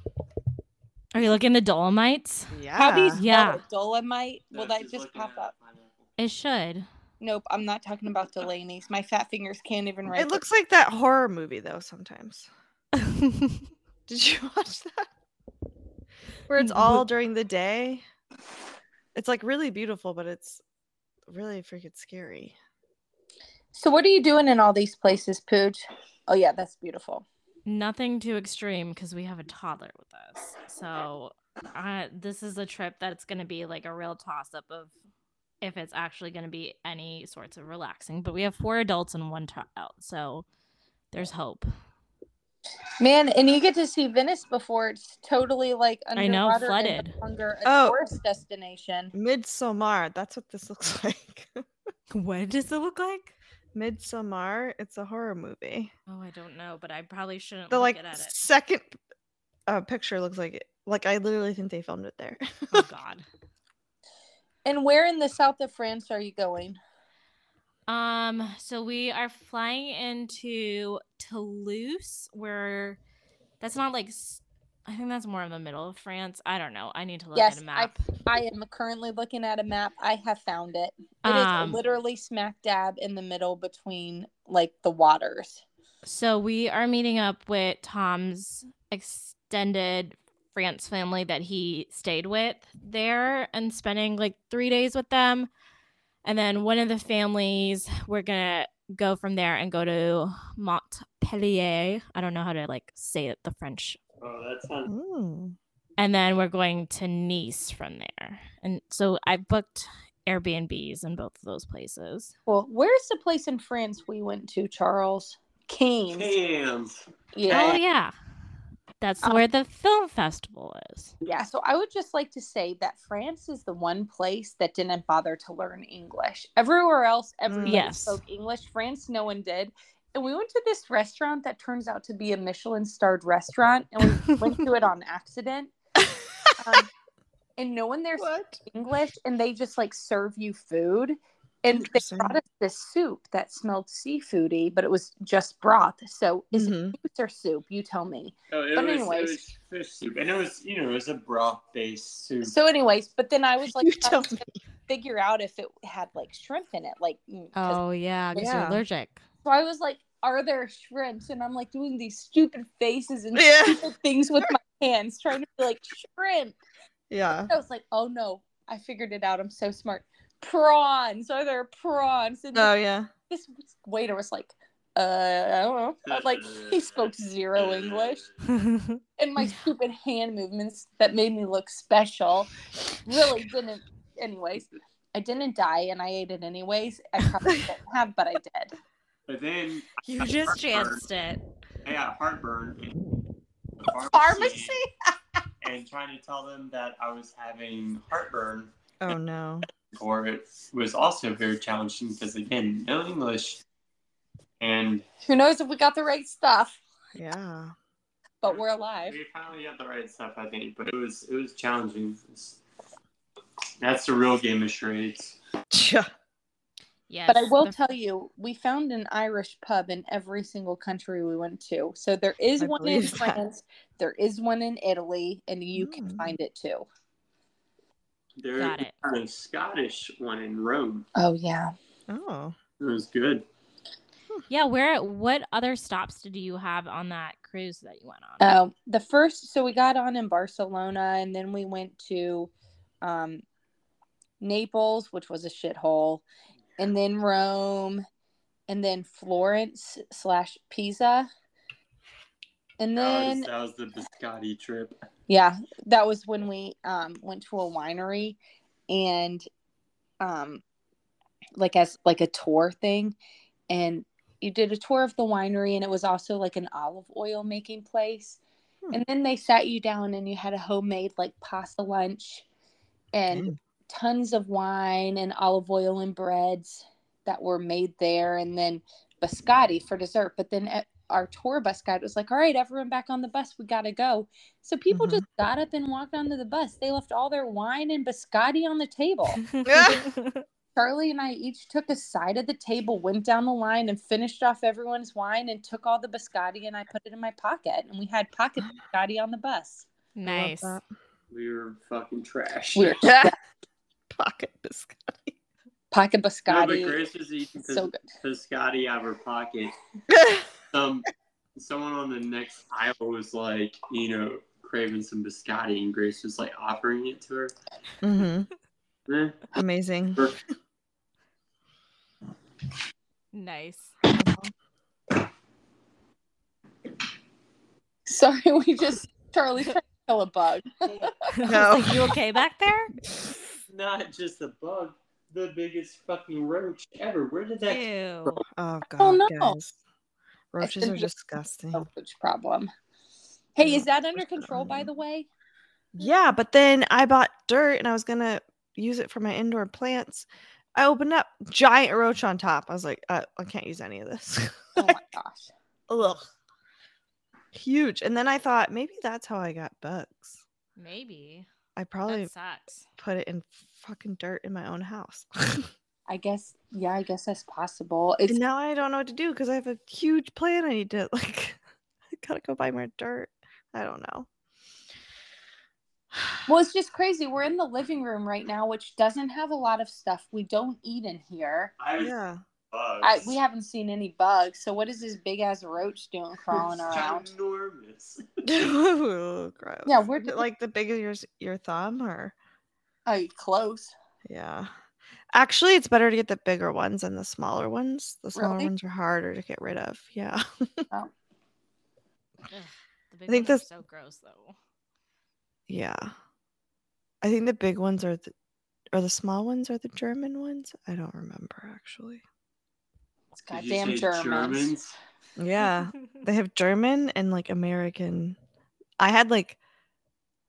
Speaker 3: Are you looking the Dolomites?
Speaker 4: Yeah.
Speaker 1: How do you spell
Speaker 3: Ah. Yeah.
Speaker 1: it? Dolomite? Will
Speaker 5: No,
Speaker 1: that
Speaker 5: she's
Speaker 1: just
Speaker 5: looking
Speaker 1: pop
Speaker 5: at
Speaker 1: up?
Speaker 5: pineapple.
Speaker 3: It should.
Speaker 1: Nope, I'm not talking about Delaney's. My fat fingers can't even write.
Speaker 4: It looks like that horror movie though. Sometimes. Did you [LAUGHS] watch that? Where it's all during the day. It's like really beautiful, but it's really freaking scary.
Speaker 1: So what are you doing in all these places, Pooch? Oh yeah, that's beautiful.
Speaker 3: Nothing too extreme because we have a toddler with us. So uh, this is a trip that's going to be like a real toss up of if it's actually going to be any sorts of relaxing. But we have four adults and one child. So there's hope.
Speaker 1: Man, and you get to see Venice before it's totally like
Speaker 3: I know,
Speaker 1: underwater
Speaker 3: flooded.
Speaker 1: and no longer a
Speaker 4: Oh.
Speaker 1: tourist destination.
Speaker 4: Midsommar. That's what this [LAUGHS] looks like.
Speaker 3: What does it look like?
Speaker 4: Midsommar. It's a horror movie.
Speaker 3: Oh, I don't know, but I probably shouldn't
Speaker 4: The
Speaker 3: look
Speaker 4: like
Speaker 3: it at it.
Speaker 4: second uh, picture looks like it. Like I literally think they filmed it there.
Speaker 3: [LAUGHS] Oh God.
Speaker 1: And where in the south of France are you going?
Speaker 3: Um, so we are flying into Toulouse, where that's not like s- I think that's more in the middle of France. I don't know. I need to look
Speaker 1: Yes,
Speaker 3: at a
Speaker 1: I-
Speaker 3: map.
Speaker 1: I am currently looking at a map. I have found it. It is
Speaker 3: Um,
Speaker 1: literally smack dab in the middle between like the waters.
Speaker 3: so we are meeting up with Tom's extended France family that he stayed with there and spending like three days with them. And then one of the families, we're gonna go from there and go to Montpellier. I don't know how to like say it the French
Speaker 5: Oh, that sounds
Speaker 4: Mm.
Speaker 3: and then we're going to Nice from there. And so I booked Airbnbs in both of those places.
Speaker 1: Well, where's the place in France we went to, Charles? Cannes.
Speaker 5: cams.
Speaker 1: Yeah.
Speaker 3: Oh yeah, that's
Speaker 1: Um,
Speaker 3: where the film festival is.
Speaker 1: Yeah, so I would just like to say that France is the one place that didn't bother to learn English. Everywhere else, everybody
Speaker 3: Yes.
Speaker 1: spoke English. France, no one did. And we went to this restaurant that turns out to be a Michelin starred restaurant, and we went to it on accident.
Speaker 4: [LAUGHS]
Speaker 1: Um, and no one there spoke
Speaker 4: What?
Speaker 1: English, and they just like serve you food. And they
Speaker 4: Interesting.
Speaker 1: brought us this soup that smelled seafoody, but it was just broth. So is
Speaker 4: Mhm.
Speaker 1: it soup or soup? You tell me.
Speaker 5: Oh, it
Speaker 1: But
Speaker 5: was, it
Speaker 1: anyways.
Speaker 5: was fish soup, and it was you know it was a broth based soup.
Speaker 1: So, anyways, but then I was like,
Speaker 4: you
Speaker 1: trying
Speaker 4: tell
Speaker 1: to
Speaker 4: me.
Speaker 1: figure out if it had like shrimp in it. Like, mm, 'cause-
Speaker 3: Oh yeah,
Speaker 1: 'cause
Speaker 3: because
Speaker 4: you're
Speaker 3: you're allergic. [LAUGHS]
Speaker 1: so I was like, are there shrimps? And I'm like doing these stupid faces and
Speaker 4: Yeah. [LAUGHS]
Speaker 1: stupid things with my hands, trying to be like, shrimp. [LAUGHS]
Speaker 4: Yeah.
Speaker 1: I was like, oh no, I figured it out. I'm so smart. Prawns. Are there prawns? And
Speaker 4: Oh yeah.
Speaker 1: this waiter was like, uh, I don't know. I'm like, he spoke zero English. And my stupid hand movements that made me look special really didn't. Anyways, I didn't die and I ate it anyways. I
Speaker 4: [LAUGHS]
Speaker 1: probably didn't have, but I did.
Speaker 5: But then
Speaker 3: you just chanced it.
Speaker 5: I got heartburn in the
Speaker 1: Pharmacy?
Speaker 5: and trying to tell them that I was having heartburn
Speaker 4: Oh no.
Speaker 5: for it was also very challenging because again, no English, and
Speaker 1: Who knows if we got the right stuff,
Speaker 4: Yeah. [LAUGHS]
Speaker 1: but we're alive.
Speaker 5: we finally got the right stuff, I think. But it was it was challenging. That's the real game of charades.
Speaker 4: Yeah.
Speaker 3: Yes,
Speaker 1: But I will
Speaker 3: the-
Speaker 1: tell you, we found an Irish pub in every single country we went to. So there is
Speaker 4: I
Speaker 1: one in
Speaker 4: believe that.
Speaker 1: France, there is one in Italy, and you can
Speaker 4: Mm.
Speaker 1: find it too.
Speaker 5: There
Speaker 3: Got it.
Speaker 5: was a Scottish one in Rome.
Speaker 1: Oh yeah.
Speaker 4: Oh.
Speaker 5: It was good.
Speaker 3: yeah. Where? What other stops did you have on that cruise that you went on?
Speaker 4: Uh, [LAUGHS]
Speaker 3: [LAUGHS]
Speaker 1: Um, the first, so we got on in Barcelona, and then we went to um, Naples, which was a shithole, and then Rome, and then Florence slash Pisa, and
Speaker 5: That
Speaker 1: then
Speaker 5: was, that was the biscotti trip.
Speaker 1: yeah, that was when we um, went to a winery, and um, like as like a tour thing, and you did a tour of the winery, and it was also like an olive oil making place.
Speaker 4: Hmm.
Speaker 1: And then they sat you down, and you had a homemade like pasta lunch, and
Speaker 4: Dang.
Speaker 1: tons of wine and olive oil and breads that were made there, and then biscotti for dessert. But then at our tour bus guide was like, "All right, everyone, back on the bus. We gotta go." So people
Speaker 4: Mhm.
Speaker 1: just got up and walked onto the bus. They left all their wine and biscotti on the table. Charlie and I each took a side of the table, went down the line, and finished off everyone's wine and took all the biscotti and I put it in my pocket. And we had pocket biscotti on the bus.
Speaker 3: nice.
Speaker 4: that.
Speaker 1: [LAUGHS]
Speaker 5: We were fucking trash.
Speaker 1: We were
Speaker 4: [LAUGHS] Pocket biscuit.
Speaker 1: pocket
Speaker 5: No,
Speaker 1: biscotti.
Speaker 5: but Grace was eating
Speaker 1: It's so
Speaker 5: so
Speaker 1: good.
Speaker 5: biscotti out of her pocket. Some someone on the next aisle was like, you know, craving some biscotti, and Grace was like offering it to her.
Speaker 4: hmm
Speaker 5: Eh,
Speaker 4: Amazing.
Speaker 5: her-
Speaker 3: Nice.
Speaker 1: [LAUGHS]
Speaker 4: [LAUGHS]
Speaker 3: [LAUGHS]
Speaker 1: Sorry, we just Charlie's trying to kill a bug.
Speaker 4: No.
Speaker 3: you okay
Speaker 4: [LAUGHS]
Speaker 3: back there?
Speaker 5: [LAUGHS] Not just a bug, the biggest fucking roach ever. Where did that?
Speaker 3: Ew.
Speaker 4: Oh god,
Speaker 1: no.
Speaker 4: guys. Roaches are
Speaker 1: think that's-
Speaker 4: disgusting.
Speaker 5: Mm-hmm.
Speaker 1: A roach problem. Hey, is that under
Speaker 4: What's going
Speaker 1: control?
Speaker 4: on
Speaker 1: By
Speaker 4: there?
Speaker 1: the
Speaker 5: [LAUGHS]
Speaker 1: way,
Speaker 4: Yeah, but then I bought dirt and I was gonna use it for my indoor plants. I opened up giant roach on top. I was like, uh, I can't use any of this.
Speaker 1: oh my gosh.
Speaker 4: [LAUGHS] Ugh. Huge. And then I thought maybe that's how I got bugs.
Speaker 3: Maybe.
Speaker 4: I probably
Speaker 3: That sucks.
Speaker 4: put it in fucking dirt in my own house. [LAUGHS]
Speaker 1: I guess yeah, I guess that's possible. It's
Speaker 4: and now I don't know what to do because I have a huge plant I need to [LAUGHS] like I gotta go buy more dirt. I don't know.
Speaker 1: well, it's just crazy. We're in the living room right now, which doesn't have a lot of stuff. We don't eat in here.
Speaker 5: I was
Speaker 4: Yeah. [LAUGHS]
Speaker 5: bugs.
Speaker 1: I, we haven't seen any bugs. So what is this big ass roach doing crawling
Speaker 5: It's
Speaker 1: around?
Speaker 5: Enormous.
Speaker 4: Ooh, gross.
Speaker 1: Yeah, where
Speaker 4: Is
Speaker 1: did
Speaker 4: it like the big of your s- your thumb or
Speaker 1: Oh, close.
Speaker 4: Yeah. Actually, it's better to get the bigger ones than the smaller ones. The smaller
Speaker 1: Really?
Speaker 4: ones are harder to get rid of. Yeah. [LAUGHS]
Speaker 3: Ugh, the big
Speaker 4: I think
Speaker 3: ones
Speaker 4: this-
Speaker 3: are so gross though.
Speaker 4: Yeah. I think the big ones are the or the small ones are the German ones. I don't remember actually.
Speaker 1: It's
Speaker 5: Did you
Speaker 1: goddamn
Speaker 5: say
Speaker 1: Germans. [LAUGHS]
Speaker 3: [LAUGHS]
Speaker 4: Yeah. they have German and like American. I had like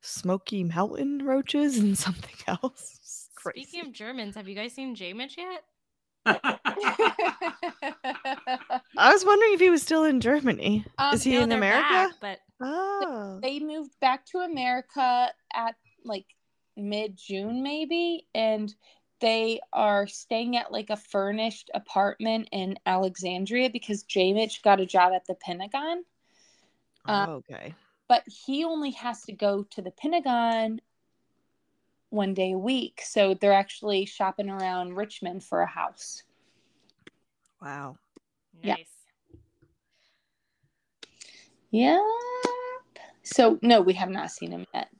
Speaker 4: smoky mountain roaches and [LAUGHS] something else. It's Crazy.
Speaker 3: Speaking of Germans, have you guys seen J-Mitch yet?
Speaker 1: [LAUGHS]
Speaker 5: [LAUGHS]
Speaker 4: I was wondering if he was still in Germany.
Speaker 1: Um,
Speaker 4: Is he
Speaker 3: No,
Speaker 4: in
Speaker 3: they're
Speaker 4: America?
Speaker 3: back, but
Speaker 4: Oh.
Speaker 1: they moved back to America at like mid June, maybe, and they are staying at like a furnished apartment in Alexandria because Jamich got a job at the Pentagon,
Speaker 3: Uh,
Speaker 1: um,
Speaker 4: oh, okay.
Speaker 1: but he only has to go to the Pentagon one day a week. So they're actually shopping around Richmond for a house.
Speaker 4: Wow.
Speaker 1: yeah.
Speaker 3: nice.
Speaker 1: Yep. So no, we have not seen him yet.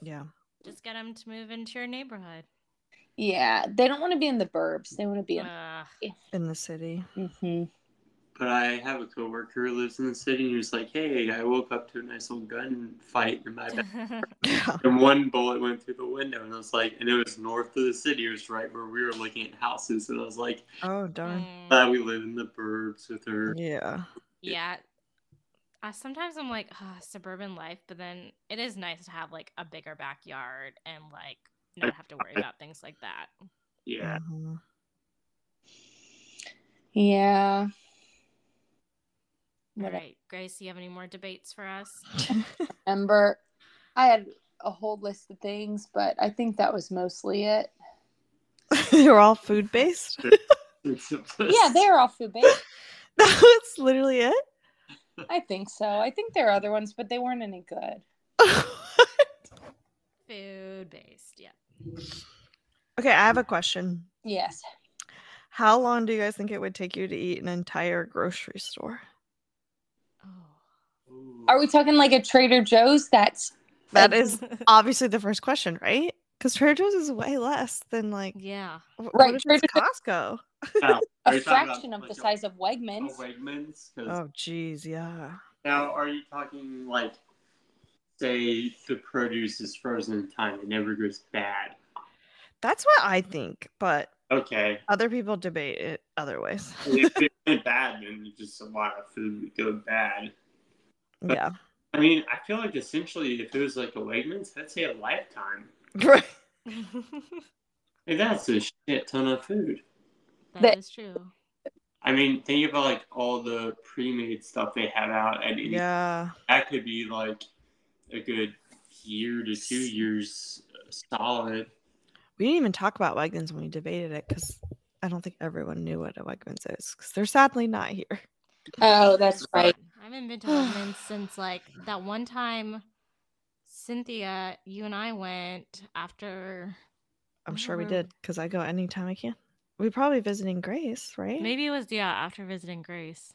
Speaker 4: Yeah.
Speaker 3: Just get them to move into your neighborhood.
Speaker 1: Yeah, they don't want to be in the burbs. They want to be in.
Speaker 3: Ugh.
Speaker 4: In the city. [LAUGHS]
Speaker 1: hmm
Speaker 5: But I have a coworker who lives in the city, and he was like, "Hey, I woke up to a nice little gunfight in my bed,
Speaker 4: [LAUGHS]
Speaker 3: [LAUGHS]
Speaker 4: Yeah.
Speaker 5: and one bullet went through the window." And I was like, "And it was north of the city. It was right where we were looking at houses." And I was like,
Speaker 4: Oh darn.
Speaker 3: Mm,
Speaker 5: "Glad we live in the burbs with her."
Speaker 4: Yeah.
Speaker 3: yeah. Uh, sometimes I'm like "Ugh, suburban life, but then it is nice to have like a bigger backyard and like not have to worry about things like that.
Speaker 4: [LAUGHS]
Speaker 5: Yeah, [LAUGHS]
Speaker 4: Mhm.
Speaker 1: Yeah.
Speaker 3: All
Speaker 1: What I
Speaker 3: right, Grace, do you have any more debates for us?
Speaker 1: remember, I had a whole list of things, but I think that was mostly it.
Speaker 4: They're all food [LAUGHS] based.
Speaker 1: Yeah,
Speaker 5: [LAUGHS]
Speaker 1: they're all food based.
Speaker 4: That's literally it.
Speaker 1: I think so. I think there are other ones, but they weren't any good.
Speaker 3: Food based, yeah.
Speaker 4: [LAUGHS] okay, I have a question.
Speaker 1: Yes.
Speaker 4: How long do you guys think it would take you to eat an entire grocery store?
Speaker 3: Oh.
Speaker 1: Are we talking like a Trader Joe's? That's
Speaker 4: That is obviously the first question, right? Because Trader Joe's is way less than like
Speaker 3: [LAUGHS] yeah. [LAUGHS]
Speaker 4: wh-
Speaker 1: Right,
Speaker 4: What if it's
Speaker 1: Trader
Speaker 4: Costco?
Speaker 5: Now,
Speaker 1: [LAUGHS] a
Speaker 5: Oh, are you talking about,
Speaker 1: fraction of
Speaker 5: like,
Speaker 1: the
Speaker 5: a-
Speaker 1: size of
Speaker 5: a
Speaker 1: Wegmans.
Speaker 5: Wegmans? 'Cause
Speaker 4: Oh, geez, yeah.
Speaker 5: Now, are you talking like, say, the produce is frozen in time; it never goes bad?
Speaker 4: That's what I think, but
Speaker 5: Okay,
Speaker 4: other people debate it other ways.
Speaker 5: if it [LAUGHS] went bad, then it's just a lot of food would go bad.
Speaker 4: [LAUGHS] yeah.
Speaker 5: I mean, I feel like essentially, if it was like a Wegmans, I'd say a lifetime.
Speaker 4: Right.
Speaker 5: Like, that's a shit ton of food.
Speaker 1: That-
Speaker 3: that is true.
Speaker 5: I mean, think about like all the pre-made stuff they have out, and
Speaker 4: Yeah.
Speaker 5: that could be like a good year to two years solid.
Speaker 4: We didn't even talk about Wegmans when we debated it because I don't think everyone knew what a Wegmans is because they're sadly not here.
Speaker 1: Oh, that's right.
Speaker 3: I haven't been to Wegmans since like that one time, Cynthia, you and I went after.
Speaker 4: I'm
Speaker 3: I
Speaker 4: sure we
Speaker 3: remember.
Speaker 4: did because I go anytime I can. we probably visiting Grace, right?
Speaker 3: Maybe it was yeah after visiting Grace.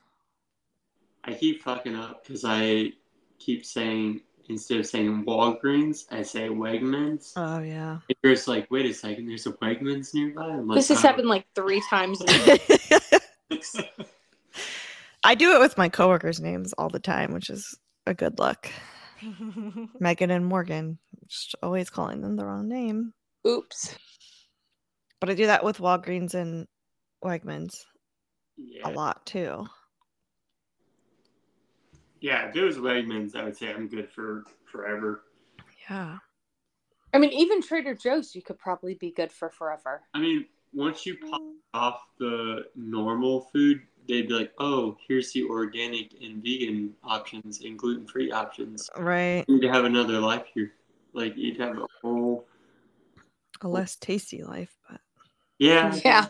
Speaker 3: [LAUGHS]
Speaker 5: I keep fucking up because I keep saying instead of saying Walgreens, I say Wegmans.
Speaker 1: Uh.
Speaker 4: Oh yeah. [LAUGHS]
Speaker 5: And you're just like, wait a second, there's a Wegmans nearby. I'm like,
Speaker 1: This has
Speaker 5: "Oh."
Speaker 1: happened like three times.
Speaker 5: [LAUGHS]
Speaker 1: [LAUGHS]
Speaker 4: I do it with my coworkers' names all the time, which is a good luck. Megan and Morgan, just always calling them the wrong name.
Speaker 1: Oops.
Speaker 4: But I do that with Walgreens and Wegmans a
Speaker 5: yeah.
Speaker 4: lot too.
Speaker 5: yeah, if it was Wegmans, I would say I'm good for forever.
Speaker 4: Yeah.
Speaker 1: I mean, even Trader Joe's, you could probably be good for forever.
Speaker 5: I mean, once you pop off the normal food, they'd be like, oh, here's the organic and vegan options and gluten free options.
Speaker 4: Right.
Speaker 5: You'd have another life here. Like, you'd have a whole.
Speaker 4: A less tasty life,
Speaker 5: [LAUGHS]
Speaker 4: but
Speaker 1: [LAUGHS]
Speaker 5: Yeah.
Speaker 1: Yeah.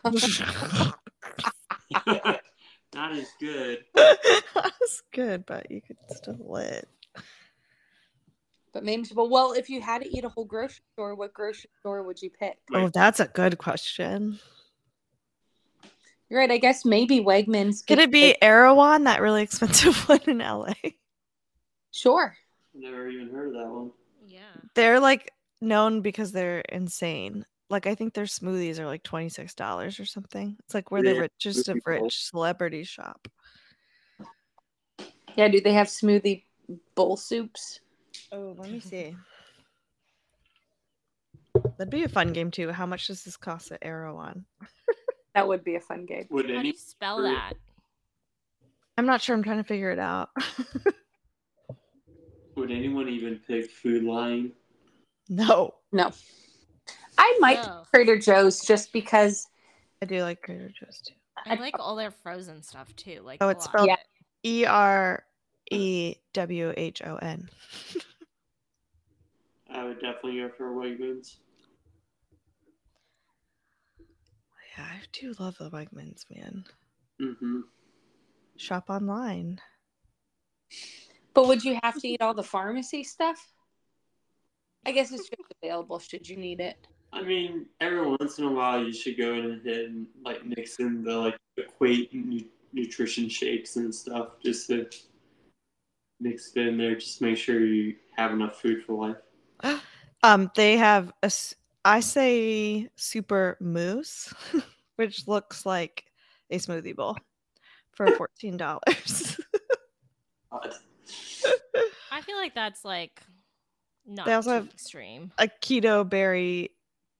Speaker 5: Not as good.
Speaker 4: [LAUGHS] that's good, but you could still live.
Speaker 1: But manageable. Well, if you had to eat a whole grocery store, what grocery store would you pick?
Speaker 4: Oh, that's a good question.
Speaker 1: You're right. I guess maybe Wegmans.
Speaker 4: Could it be
Speaker 1: because-
Speaker 4: Erewhon, that really expensive [LAUGHS] one in LA?
Speaker 1: Sure.
Speaker 5: Never even heard of that one.
Speaker 3: yeah.
Speaker 4: They're like known because they're insane. Like I think their smoothies are like twenty six dollars or something. It's like we're the
Speaker 5: Yeah,
Speaker 4: richest of
Speaker 5: smoothie bowl.
Speaker 4: rich celebrity shop.
Speaker 1: Yeah, do they have smoothie bowl soups?
Speaker 4: Oh, let me see. That'd be a fun game too. How much does this cost at Erewhon?
Speaker 1: That would be a fun game.
Speaker 5: Would
Speaker 3: How do
Speaker 5: any
Speaker 3: you spell
Speaker 5: fruit-
Speaker 3: that?
Speaker 4: I'm not sure. I'm trying to figure it out. [LAUGHS]
Speaker 5: would anyone even pick Food Line?
Speaker 4: no,
Speaker 1: No. I might pick
Speaker 3: No.
Speaker 1: Trader Joe's just because
Speaker 4: I do like Trader Joe's too.
Speaker 3: I like all their frozen stuff too. Like
Speaker 4: Oh,
Speaker 3: a
Speaker 4: it's
Speaker 3: lot.
Speaker 4: spelled
Speaker 1: Yeah.
Speaker 4: E R E W H O N. [LAUGHS]
Speaker 5: I would definitely go for Wegmans.
Speaker 4: Yeah, I do love the Wegmans, man.
Speaker 5: Mm-hmm.
Speaker 4: Shop online.
Speaker 1: But would you have to eat all the pharmacy stuff? I guess it's just available should you need it.
Speaker 5: I mean, every once in a while, you should go in and like mix in the like equate nu- nutrition shakes and stuff just to mix it in there. Just make sure you have enough food for life.
Speaker 4: Um, they have a. s- I say super mousse, [LAUGHS] which looks like a smoothie bowl, for fourteen dollars. [LAUGHS]
Speaker 5: God.
Speaker 3: I feel like that's like not
Speaker 4: also
Speaker 3: too
Speaker 4: have-
Speaker 3: extreme.
Speaker 4: a keto berry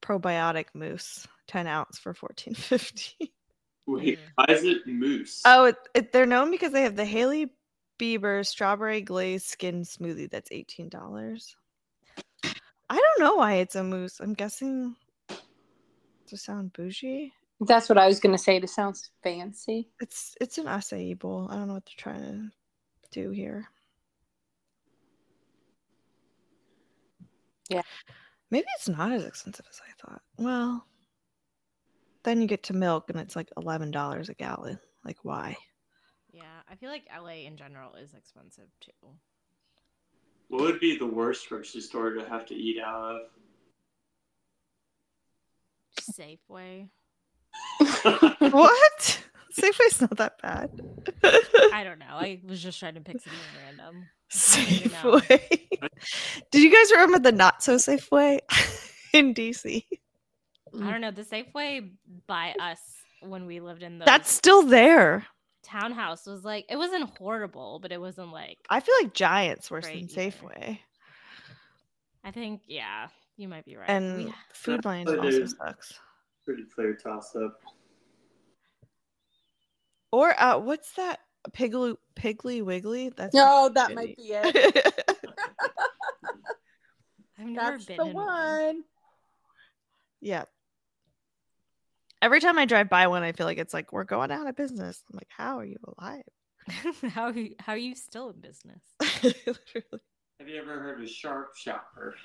Speaker 4: probiotic mousse, ten ounce for fourteen fifty.
Speaker 5: Wait,
Speaker 3: Mhm.
Speaker 5: why is it moose?
Speaker 4: Oh, it, it, they're known because they have the Haley Bieber strawberry glazed skin smoothie that's eighteen dollars. I don't know why it's a mousse. I'm guessing to sound bougie.
Speaker 1: That's what I was going to say. It sounds fancy.
Speaker 4: It's it's an acai bowl. I don't know what they're trying to do here.
Speaker 1: Yeah.
Speaker 4: Maybe it's not as expensive as I thought. Well, then you get to milk and it's like eleven dollars a gallon. Like why?
Speaker 3: Yeah, I feel like LA in general is expensive too.
Speaker 5: What would be the worst grocery store to have to eat out
Speaker 3: Safeway.
Speaker 5: of? [LAUGHS]
Speaker 4: what? Safeway's not that bad.
Speaker 3: I don't know. I was just trying to pick
Speaker 4: [LAUGHS]
Speaker 3: something random. don't know.
Speaker 4: Safeway. Did you guys remember the not so safe way [LAUGHS] in DC? Mm.
Speaker 3: I don't know. The Safeway by us when we lived in the
Speaker 4: That's still there.
Speaker 3: townhouse was like it wasn't horrible, but it wasn't like I,
Speaker 4: I feel like Giants worse
Speaker 3: Right,
Speaker 4: than
Speaker 3: either.
Speaker 4: Safeway.
Speaker 3: think yeah, you might be right.
Speaker 4: And
Speaker 3: We-
Speaker 4: food line
Speaker 5: But
Speaker 4: also
Speaker 5: there's-
Speaker 4: sucks.
Speaker 5: Pretty clear toss up.
Speaker 4: Or uh, what's that Piggly Piggly Wiggly?
Speaker 1: [LAUGHS]
Speaker 4: That's
Speaker 1: No, that might be
Speaker 4: [LAUGHS]
Speaker 1: it.
Speaker 4: it.
Speaker 3: I've never
Speaker 1: That's
Speaker 3: been
Speaker 1: the
Speaker 3: in one.
Speaker 1: one.
Speaker 4: yeah. Every time I drive by one, I feel like it's like we're going out of business. I'm like, how are you alive?
Speaker 3: [LAUGHS]
Speaker 4: [LAUGHS]
Speaker 3: how are you, how are you still in business?
Speaker 4: Literally.
Speaker 5: Have you ever heard of Sharp Shopper?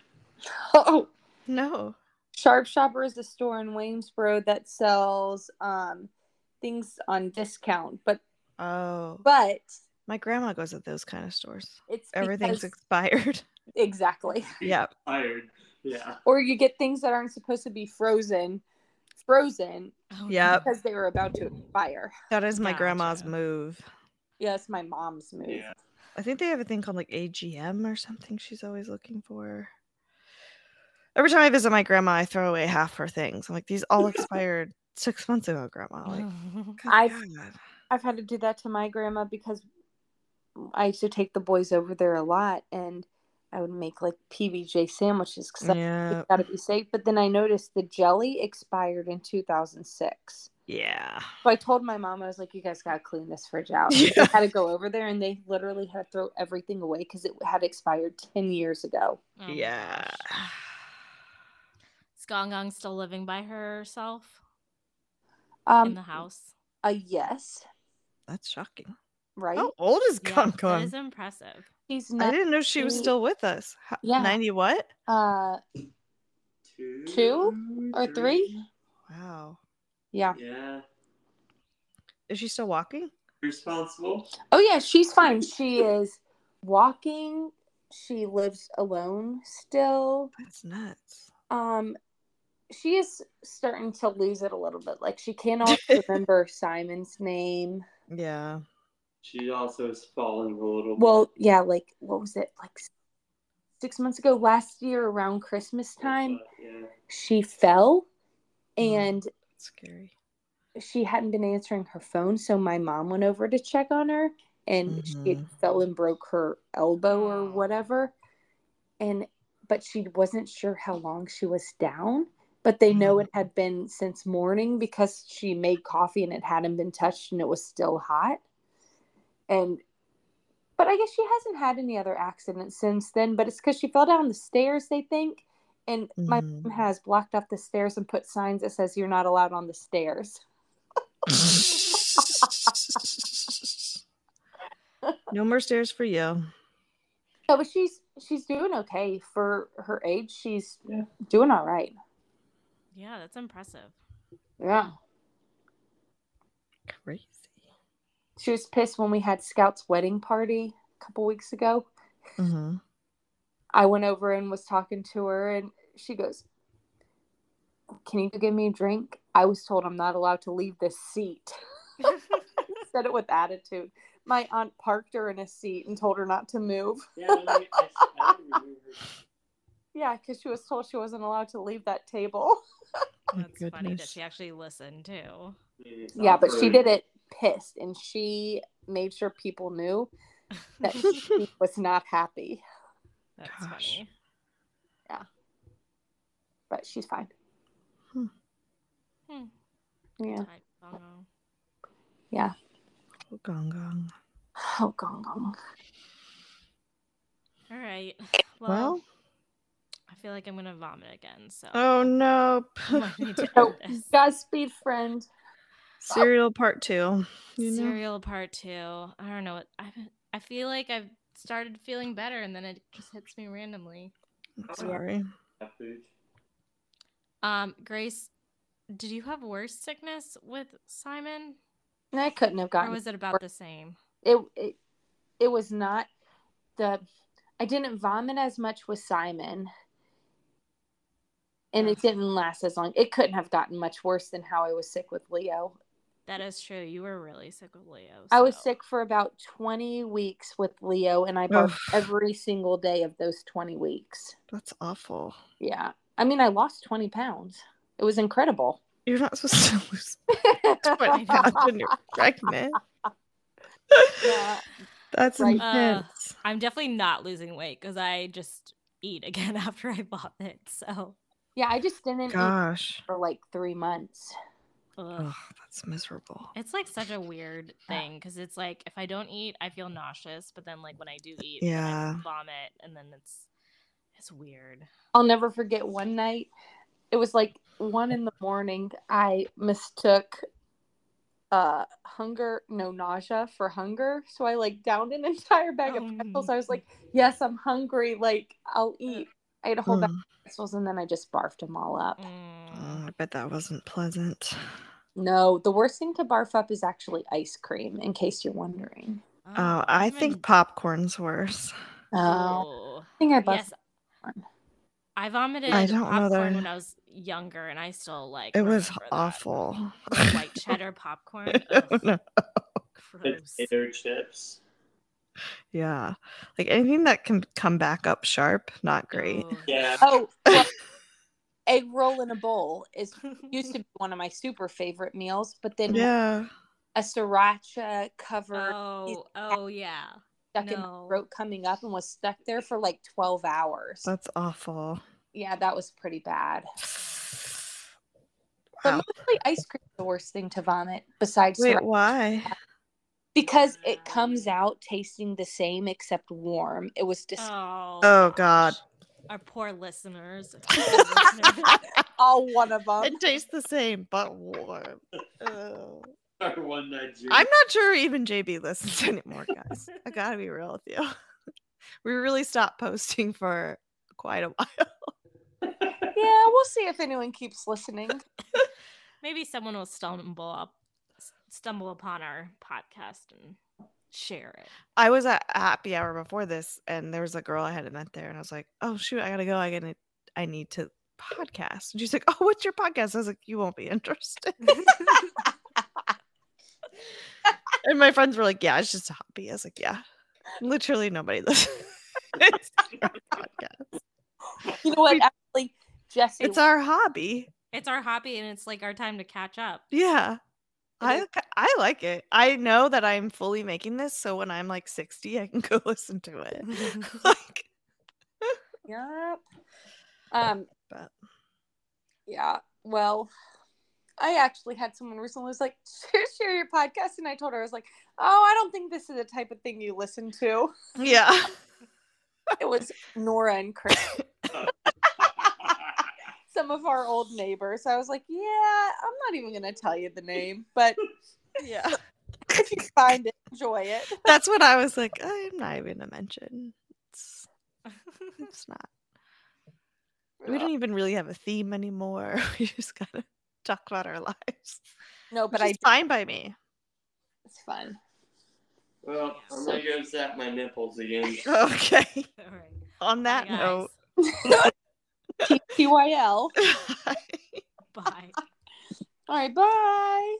Speaker 1: Oh,
Speaker 4: No.
Speaker 1: Sharp Shopper is a store in Waynesboro that sells um, things on discount, but
Speaker 4: Oh,
Speaker 1: but
Speaker 4: my grandma goes at those kind of stores.
Speaker 1: it's
Speaker 4: Everything's
Speaker 1: because-
Speaker 4: expired. [LAUGHS]
Speaker 1: exactly. [LAUGHS]
Speaker 4: yeah.
Speaker 5: Tired. Yeah.
Speaker 1: Or you get things that aren't supposed to be frozen, frozen
Speaker 3: Oh,
Speaker 4: Yep.
Speaker 1: because they were about to expire.
Speaker 4: That is my grandma's
Speaker 3: Gotcha.
Speaker 4: move.
Speaker 1: Yes, my mom's move.
Speaker 5: Yeah.
Speaker 4: I think they have a thing called like AGM or something she's always looking for. Every time I visit my grandma, I throw away half her things. I'm like, these
Speaker 3: [LAUGHS]
Speaker 4: all expired six months ago, grandma. Like, good
Speaker 1: I've-
Speaker 4: God.
Speaker 1: I've had to do that to my grandma because I used to take the boys over there a lot and I would make like PBJ sandwiches because
Speaker 3: [LAUGHS]
Speaker 4: yeah.
Speaker 1: got to be safe. But then I noticed the jelly expired in 2006.
Speaker 4: Yeah.
Speaker 1: So I told my mom, I was like, you guys got to clean this
Speaker 4: [LAUGHS]
Speaker 1: fridge out.
Speaker 4: Yeah.
Speaker 1: I had to go over there and they literally had to throw everything away because it had expired 10 years ago.
Speaker 3: Oh my
Speaker 4: Yeah.
Speaker 3: gosh. Is Gong Gong still living by herself in the
Speaker 1: Um,
Speaker 3: house?
Speaker 1: a yes,
Speaker 4: [SIGHS] That's shocking.
Speaker 1: right?
Speaker 4: How old is
Speaker 3: Yeah,
Speaker 4: Kong
Speaker 3: That
Speaker 4: Kong?
Speaker 3: is impressive.
Speaker 1: She's
Speaker 4: Oh, I
Speaker 1: not,
Speaker 4: didn't know she was
Speaker 1: she-
Speaker 4: still with us. Ho-
Speaker 1: Yeah.
Speaker 4: 90 what?
Speaker 1: uh,
Speaker 5: Two,
Speaker 1: Two or three?
Speaker 4: Wow.
Speaker 1: yeah.
Speaker 5: Yeah.
Speaker 4: Is she still walking?
Speaker 5: Responsible.
Speaker 1: Oh, yeah, she's fine. She is walking. She lives alone still.
Speaker 4: That's nuts.
Speaker 1: um she is starting to lose it a little bit like she
Speaker 4: [LAUGHS]
Speaker 1: cannot remember simon's name
Speaker 4: Yeah.
Speaker 5: She also is falling a little. bit.
Speaker 1: well yeah like what was it like s- six months ago last year around christmas time
Speaker 5: Yeah.
Speaker 1: she fell
Speaker 4: Mm.
Speaker 1: and
Speaker 4: That's scary.
Speaker 1: she hadn't been answering her phone so my mom went over to check on her and she
Speaker 4: Mhm.
Speaker 1: fell and broke her elbow or
Speaker 3: Oh.
Speaker 1: whatever and but she wasn't sure how long she was down but they know
Speaker 4: Mhm.
Speaker 1: it had been since morning because she made coffee and it hadn't been touched and it was still hot and but i guess she hasn't had any other accidents since then but it's because she fell down the stairs they think and my
Speaker 4: Mhm.
Speaker 1: mom has blocked off the stairs and put signs that says you're not allowed on the stairs
Speaker 4: no more stairs for you.
Speaker 1: No, but she's she's doing okay for her age. She's
Speaker 5: Yeah.
Speaker 1: doing all right.
Speaker 3: Yeah, that's impressive.
Speaker 1: Yeah.
Speaker 4: Crazy.
Speaker 1: She was pissed when we had Scout's wedding party a couple weeks ago.
Speaker 4: Mm-hmm.
Speaker 1: I went over and was talking to her and she goes, Can you give me a drink? I was told I'm not allowed to leave this
Speaker 5: [LAUGHS]
Speaker 1: seat. [LAUGHS] Said it with attitude. My aunt parked her in a seat and told her not to move.
Speaker 5: Yeah. I, I, I remember her.
Speaker 1: Yeah, because she was told she wasn't allowed to leave that table.
Speaker 4: Oh My
Speaker 3: That's funny that
Speaker 4: goodness.
Speaker 3: she actually listened too. [LAUGHS]
Speaker 5: Yeah, it's
Speaker 1: Yeah, but she
Speaker 5: awkward.
Speaker 1: did it pissed and she made sure people knew that she was not happy,
Speaker 4: [LAUGHS]
Speaker 3: That's
Speaker 4: Gosh.
Speaker 3: funny.
Speaker 1: but she's fine.
Speaker 3: Hmm.
Speaker 1: Yeah.
Speaker 3: I don't know.
Speaker 4: Oh, Gong Gong.
Speaker 1: Oh, gong gong.
Speaker 3: All right. Well,
Speaker 4: Well,
Speaker 3: I feel like I'm gonna vomit again. So
Speaker 4: oh no.
Speaker 3: [LAUGHS] I might need to end
Speaker 4: [LAUGHS]
Speaker 1: Oh,
Speaker 3: this.
Speaker 1: Godspeed, friend.
Speaker 4: Serial part two. You know?
Speaker 3: Serial part two. I don't know. what- I I feel like I've started feeling better, and then it just hits me randomly.
Speaker 4: I'm sorry.
Speaker 5: That food.
Speaker 3: Um, Grace, did you have worse sickness with Simon,
Speaker 1: And I couldn't have
Speaker 3: or
Speaker 1: gotten
Speaker 3: was it about the same?
Speaker 1: it, it. It was not the. I didn't vomit as much with Simon, and it didn't last as long. It couldn't have gotten much worse than how I was sick with Leo.
Speaker 3: That is true. You were really sick with Leo.
Speaker 1: I was
Speaker 3: so-
Speaker 1: sick for about twenty weeks with Leo, and I barfed
Speaker 4: Oof.
Speaker 1: every single day of those twenty weeks.
Speaker 4: That's awful.
Speaker 1: Yeah, I mean, I lost twenty pounds. It was incredible.
Speaker 4: You're not supposed to [LAUGHS] lose 20 pounds when you're pregnant.
Speaker 1: [LAUGHS] Yeah.
Speaker 4: That's
Speaker 1: Right.
Speaker 3: Uh,
Speaker 4: intense.
Speaker 3: I'm definitely not losing weight because I just eat again [LAUGHS] after I vomit. So,
Speaker 1: Yeah, I just didn't eat
Speaker 4: Gosh.
Speaker 1: for like three months.
Speaker 3: ugh.
Speaker 4: Oh, that's miserable.
Speaker 3: It's like such a
Speaker 1: [SIGHS]
Speaker 3: weird thing because it's like if I don't eat, I feel nauseous, but then like when I do eat, then I
Speaker 4: Yeah.
Speaker 3: vomit, and then it's it's weird.
Speaker 1: I'll never forget one night. It was like one in the morning. I mistook uh hunger, no nausea for hunger. So I like downed an [LAUGHS] entire bag
Speaker 3: Oh, Uh,
Speaker 1: of pretzels. I was like, yes, I'm hungry. Like I'll eat. I had a whole bag
Speaker 4: Mm.
Speaker 1: of pretzels and then I just barfed them all up.
Speaker 3: Mm.
Speaker 1: [SIGHS]
Speaker 4: Oh, I bet that wasn't pleasant.
Speaker 1: No, the worst thing to barf up is actually ice cream, in case you're wondering.
Speaker 4: Oh, I
Speaker 3: even-
Speaker 4: think popcorn's worse.
Speaker 1: Oh,
Speaker 3: Ooh.
Speaker 1: I think I barfed.
Speaker 3: yes.
Speaker 1: one.
Speaker 3: I vomited
Speaker 4: I don't know that
Speaker 3: popcorn
Speaker 4: I-
Speaker 3: when I was younger, and I still like.
Speaker 4: It was
Speaker 3: remember that.
Speaker 4: awful. [LAUGHS]
Speaker 3: Like, White cheddar popcorn.
Speaker 4: I
Speaker 3: Ugh,
Speaker 4: don't know.
Speaker 3: gross.
Speaker 5: Potato chips.
Speaker 4: [LAUGHS] Yeah. Like anything that can come back up sharp, not great.
Speaker 3: Ugh.
Speaker 5: Yeah.
Speaker 1: Oh,
Speaker 4: [LAUGHS]
Speaker 1: well, egg roll in a bowl is used to be one of my super favorite meals, but then
Speaker 4: Yeah.
Speaker 1: a sriracha covered
Speaker 3: Oh, oh yeah.
Speaker 1: stuck in my
Speaker 3: no.
Speaker 1: throat coming up and was stuck there for like 12 hours.
Speaker 4: That's awful.
Speaker 1: yeah, that was pretty bad.
Speaker 4: Wow.
Speaker 1: But mostly ice cream is the worst thing to vomit besides
Speaker 4: Wait,
Speaker 1: sriracha.
Speaker 4: why?
Speaker 1: because it comes out tasting the same except warm. It was just
Speaker 3: Oh.
Speaker 4: Oh, God.
Speaker 3: gosh. Our poor listeners. Our listeners.
Speaker 4: [LAUGHS]
Speaker 1: all one of [LAUGHS] them.
Speaker 4: It tastes the same, but warm. Ugh.
Speaker 5: [LAUGHS] Our one Nigerian.
Speaker 4: I'm not sure even JB listens [LAUGHS] anymore, guys. I gotta be real with you. [LAUGHS] We really stopped posting for quite a while.
Speaker 1: Yeah, we'll see if anyone keeps listening.
Speaker 3: Maybe someone will stumble up, stumble upon our podcast and share it.
Speaker 4: I was at a happy hour before this, and there was a girl I hadn't met there, and I was like, "Oh shoot, I gotta go. I gotta, I need to podcast." And she's like, "Oh, what's your podcast?" I was like, "You won't be interested." and my friends were like, "Yeah, it's just a hobby." I was like, "Yeah, literally nobody [LAUGHS] listens." it's, our podcast.
Speaker 1: You know what? Actually, Jesse,
Speaker 4: it's our hobby.
Speaker 3: It's our hobby, and it's like our time to catch up. [LAUGHS]
Speaker 4: Yeah.
Speaker 1: It
Speaker 4: I
Speaker 1: is.
Speaker 4: ki- I like it. I know that I'm fully making this, so when I'm like 60, I can go [LAUGHS] listen to it. like,
Speaker 1: Yep. Um.
Speaker 4: But-
Speaker 1: Yeah. Well, I actually had someone recently was like, [LAUGHS] share, share your podcast, and I told her I was like, oh, I don't think this is the type of thing you listen to. [LAUGHS]
Speaker 4: yeah.
Speaker 1: It was Nora and Chris, [LAUGHS] some of our old neighbors. I was like, yeah, I'm not even gonna tell you the name, but
Speaker 4: Yeah.
Speaker 1: [LAUGHS] if you find it, enjoy it.
Speaker 4: That's what I was like. I'm not even gonna mention. It's, it's not. We don't even really have a theme anymore. [LAUGHS] We just gotta talk about our lives.
Speaker 1: No, but
Speaker 4: But
Speaker 1: I.
Speaker 4: it's fine by me.
Speaker 1: It's fun.
Speaker 5: [LAUGHS] well, I'm gonna go zap my
Speaker 1: [LAUGHS]
Speaker 5: nipples again.
Speaker 4: Okay.
Speaker 3: All right.
Speaker 4: On
Speaker 3: Bye,
Speaker 4: that
Speaker 3: guys.
Speaker 4: note,
Speaker 1: TYL.
Speaker 4: [LAUGHS]
Speaker 3: Bye.
Speaker 1: All right, bye.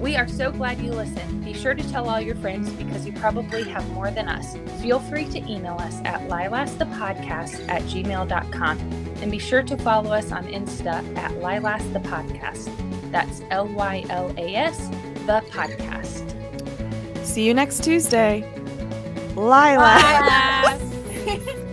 Speaker 1: We are so glad you listened. Be sure to tell all your friends because you probably have more than us. Feel free to email us at lilasthepodcast at gmail.com and be sure to follow us on Insta at lilasthepodcast. That's L Y L A S, the podcast.
Speaker 4: [LAUGHS] see you next Tuesday. Lila.
Speaker 3: Bye.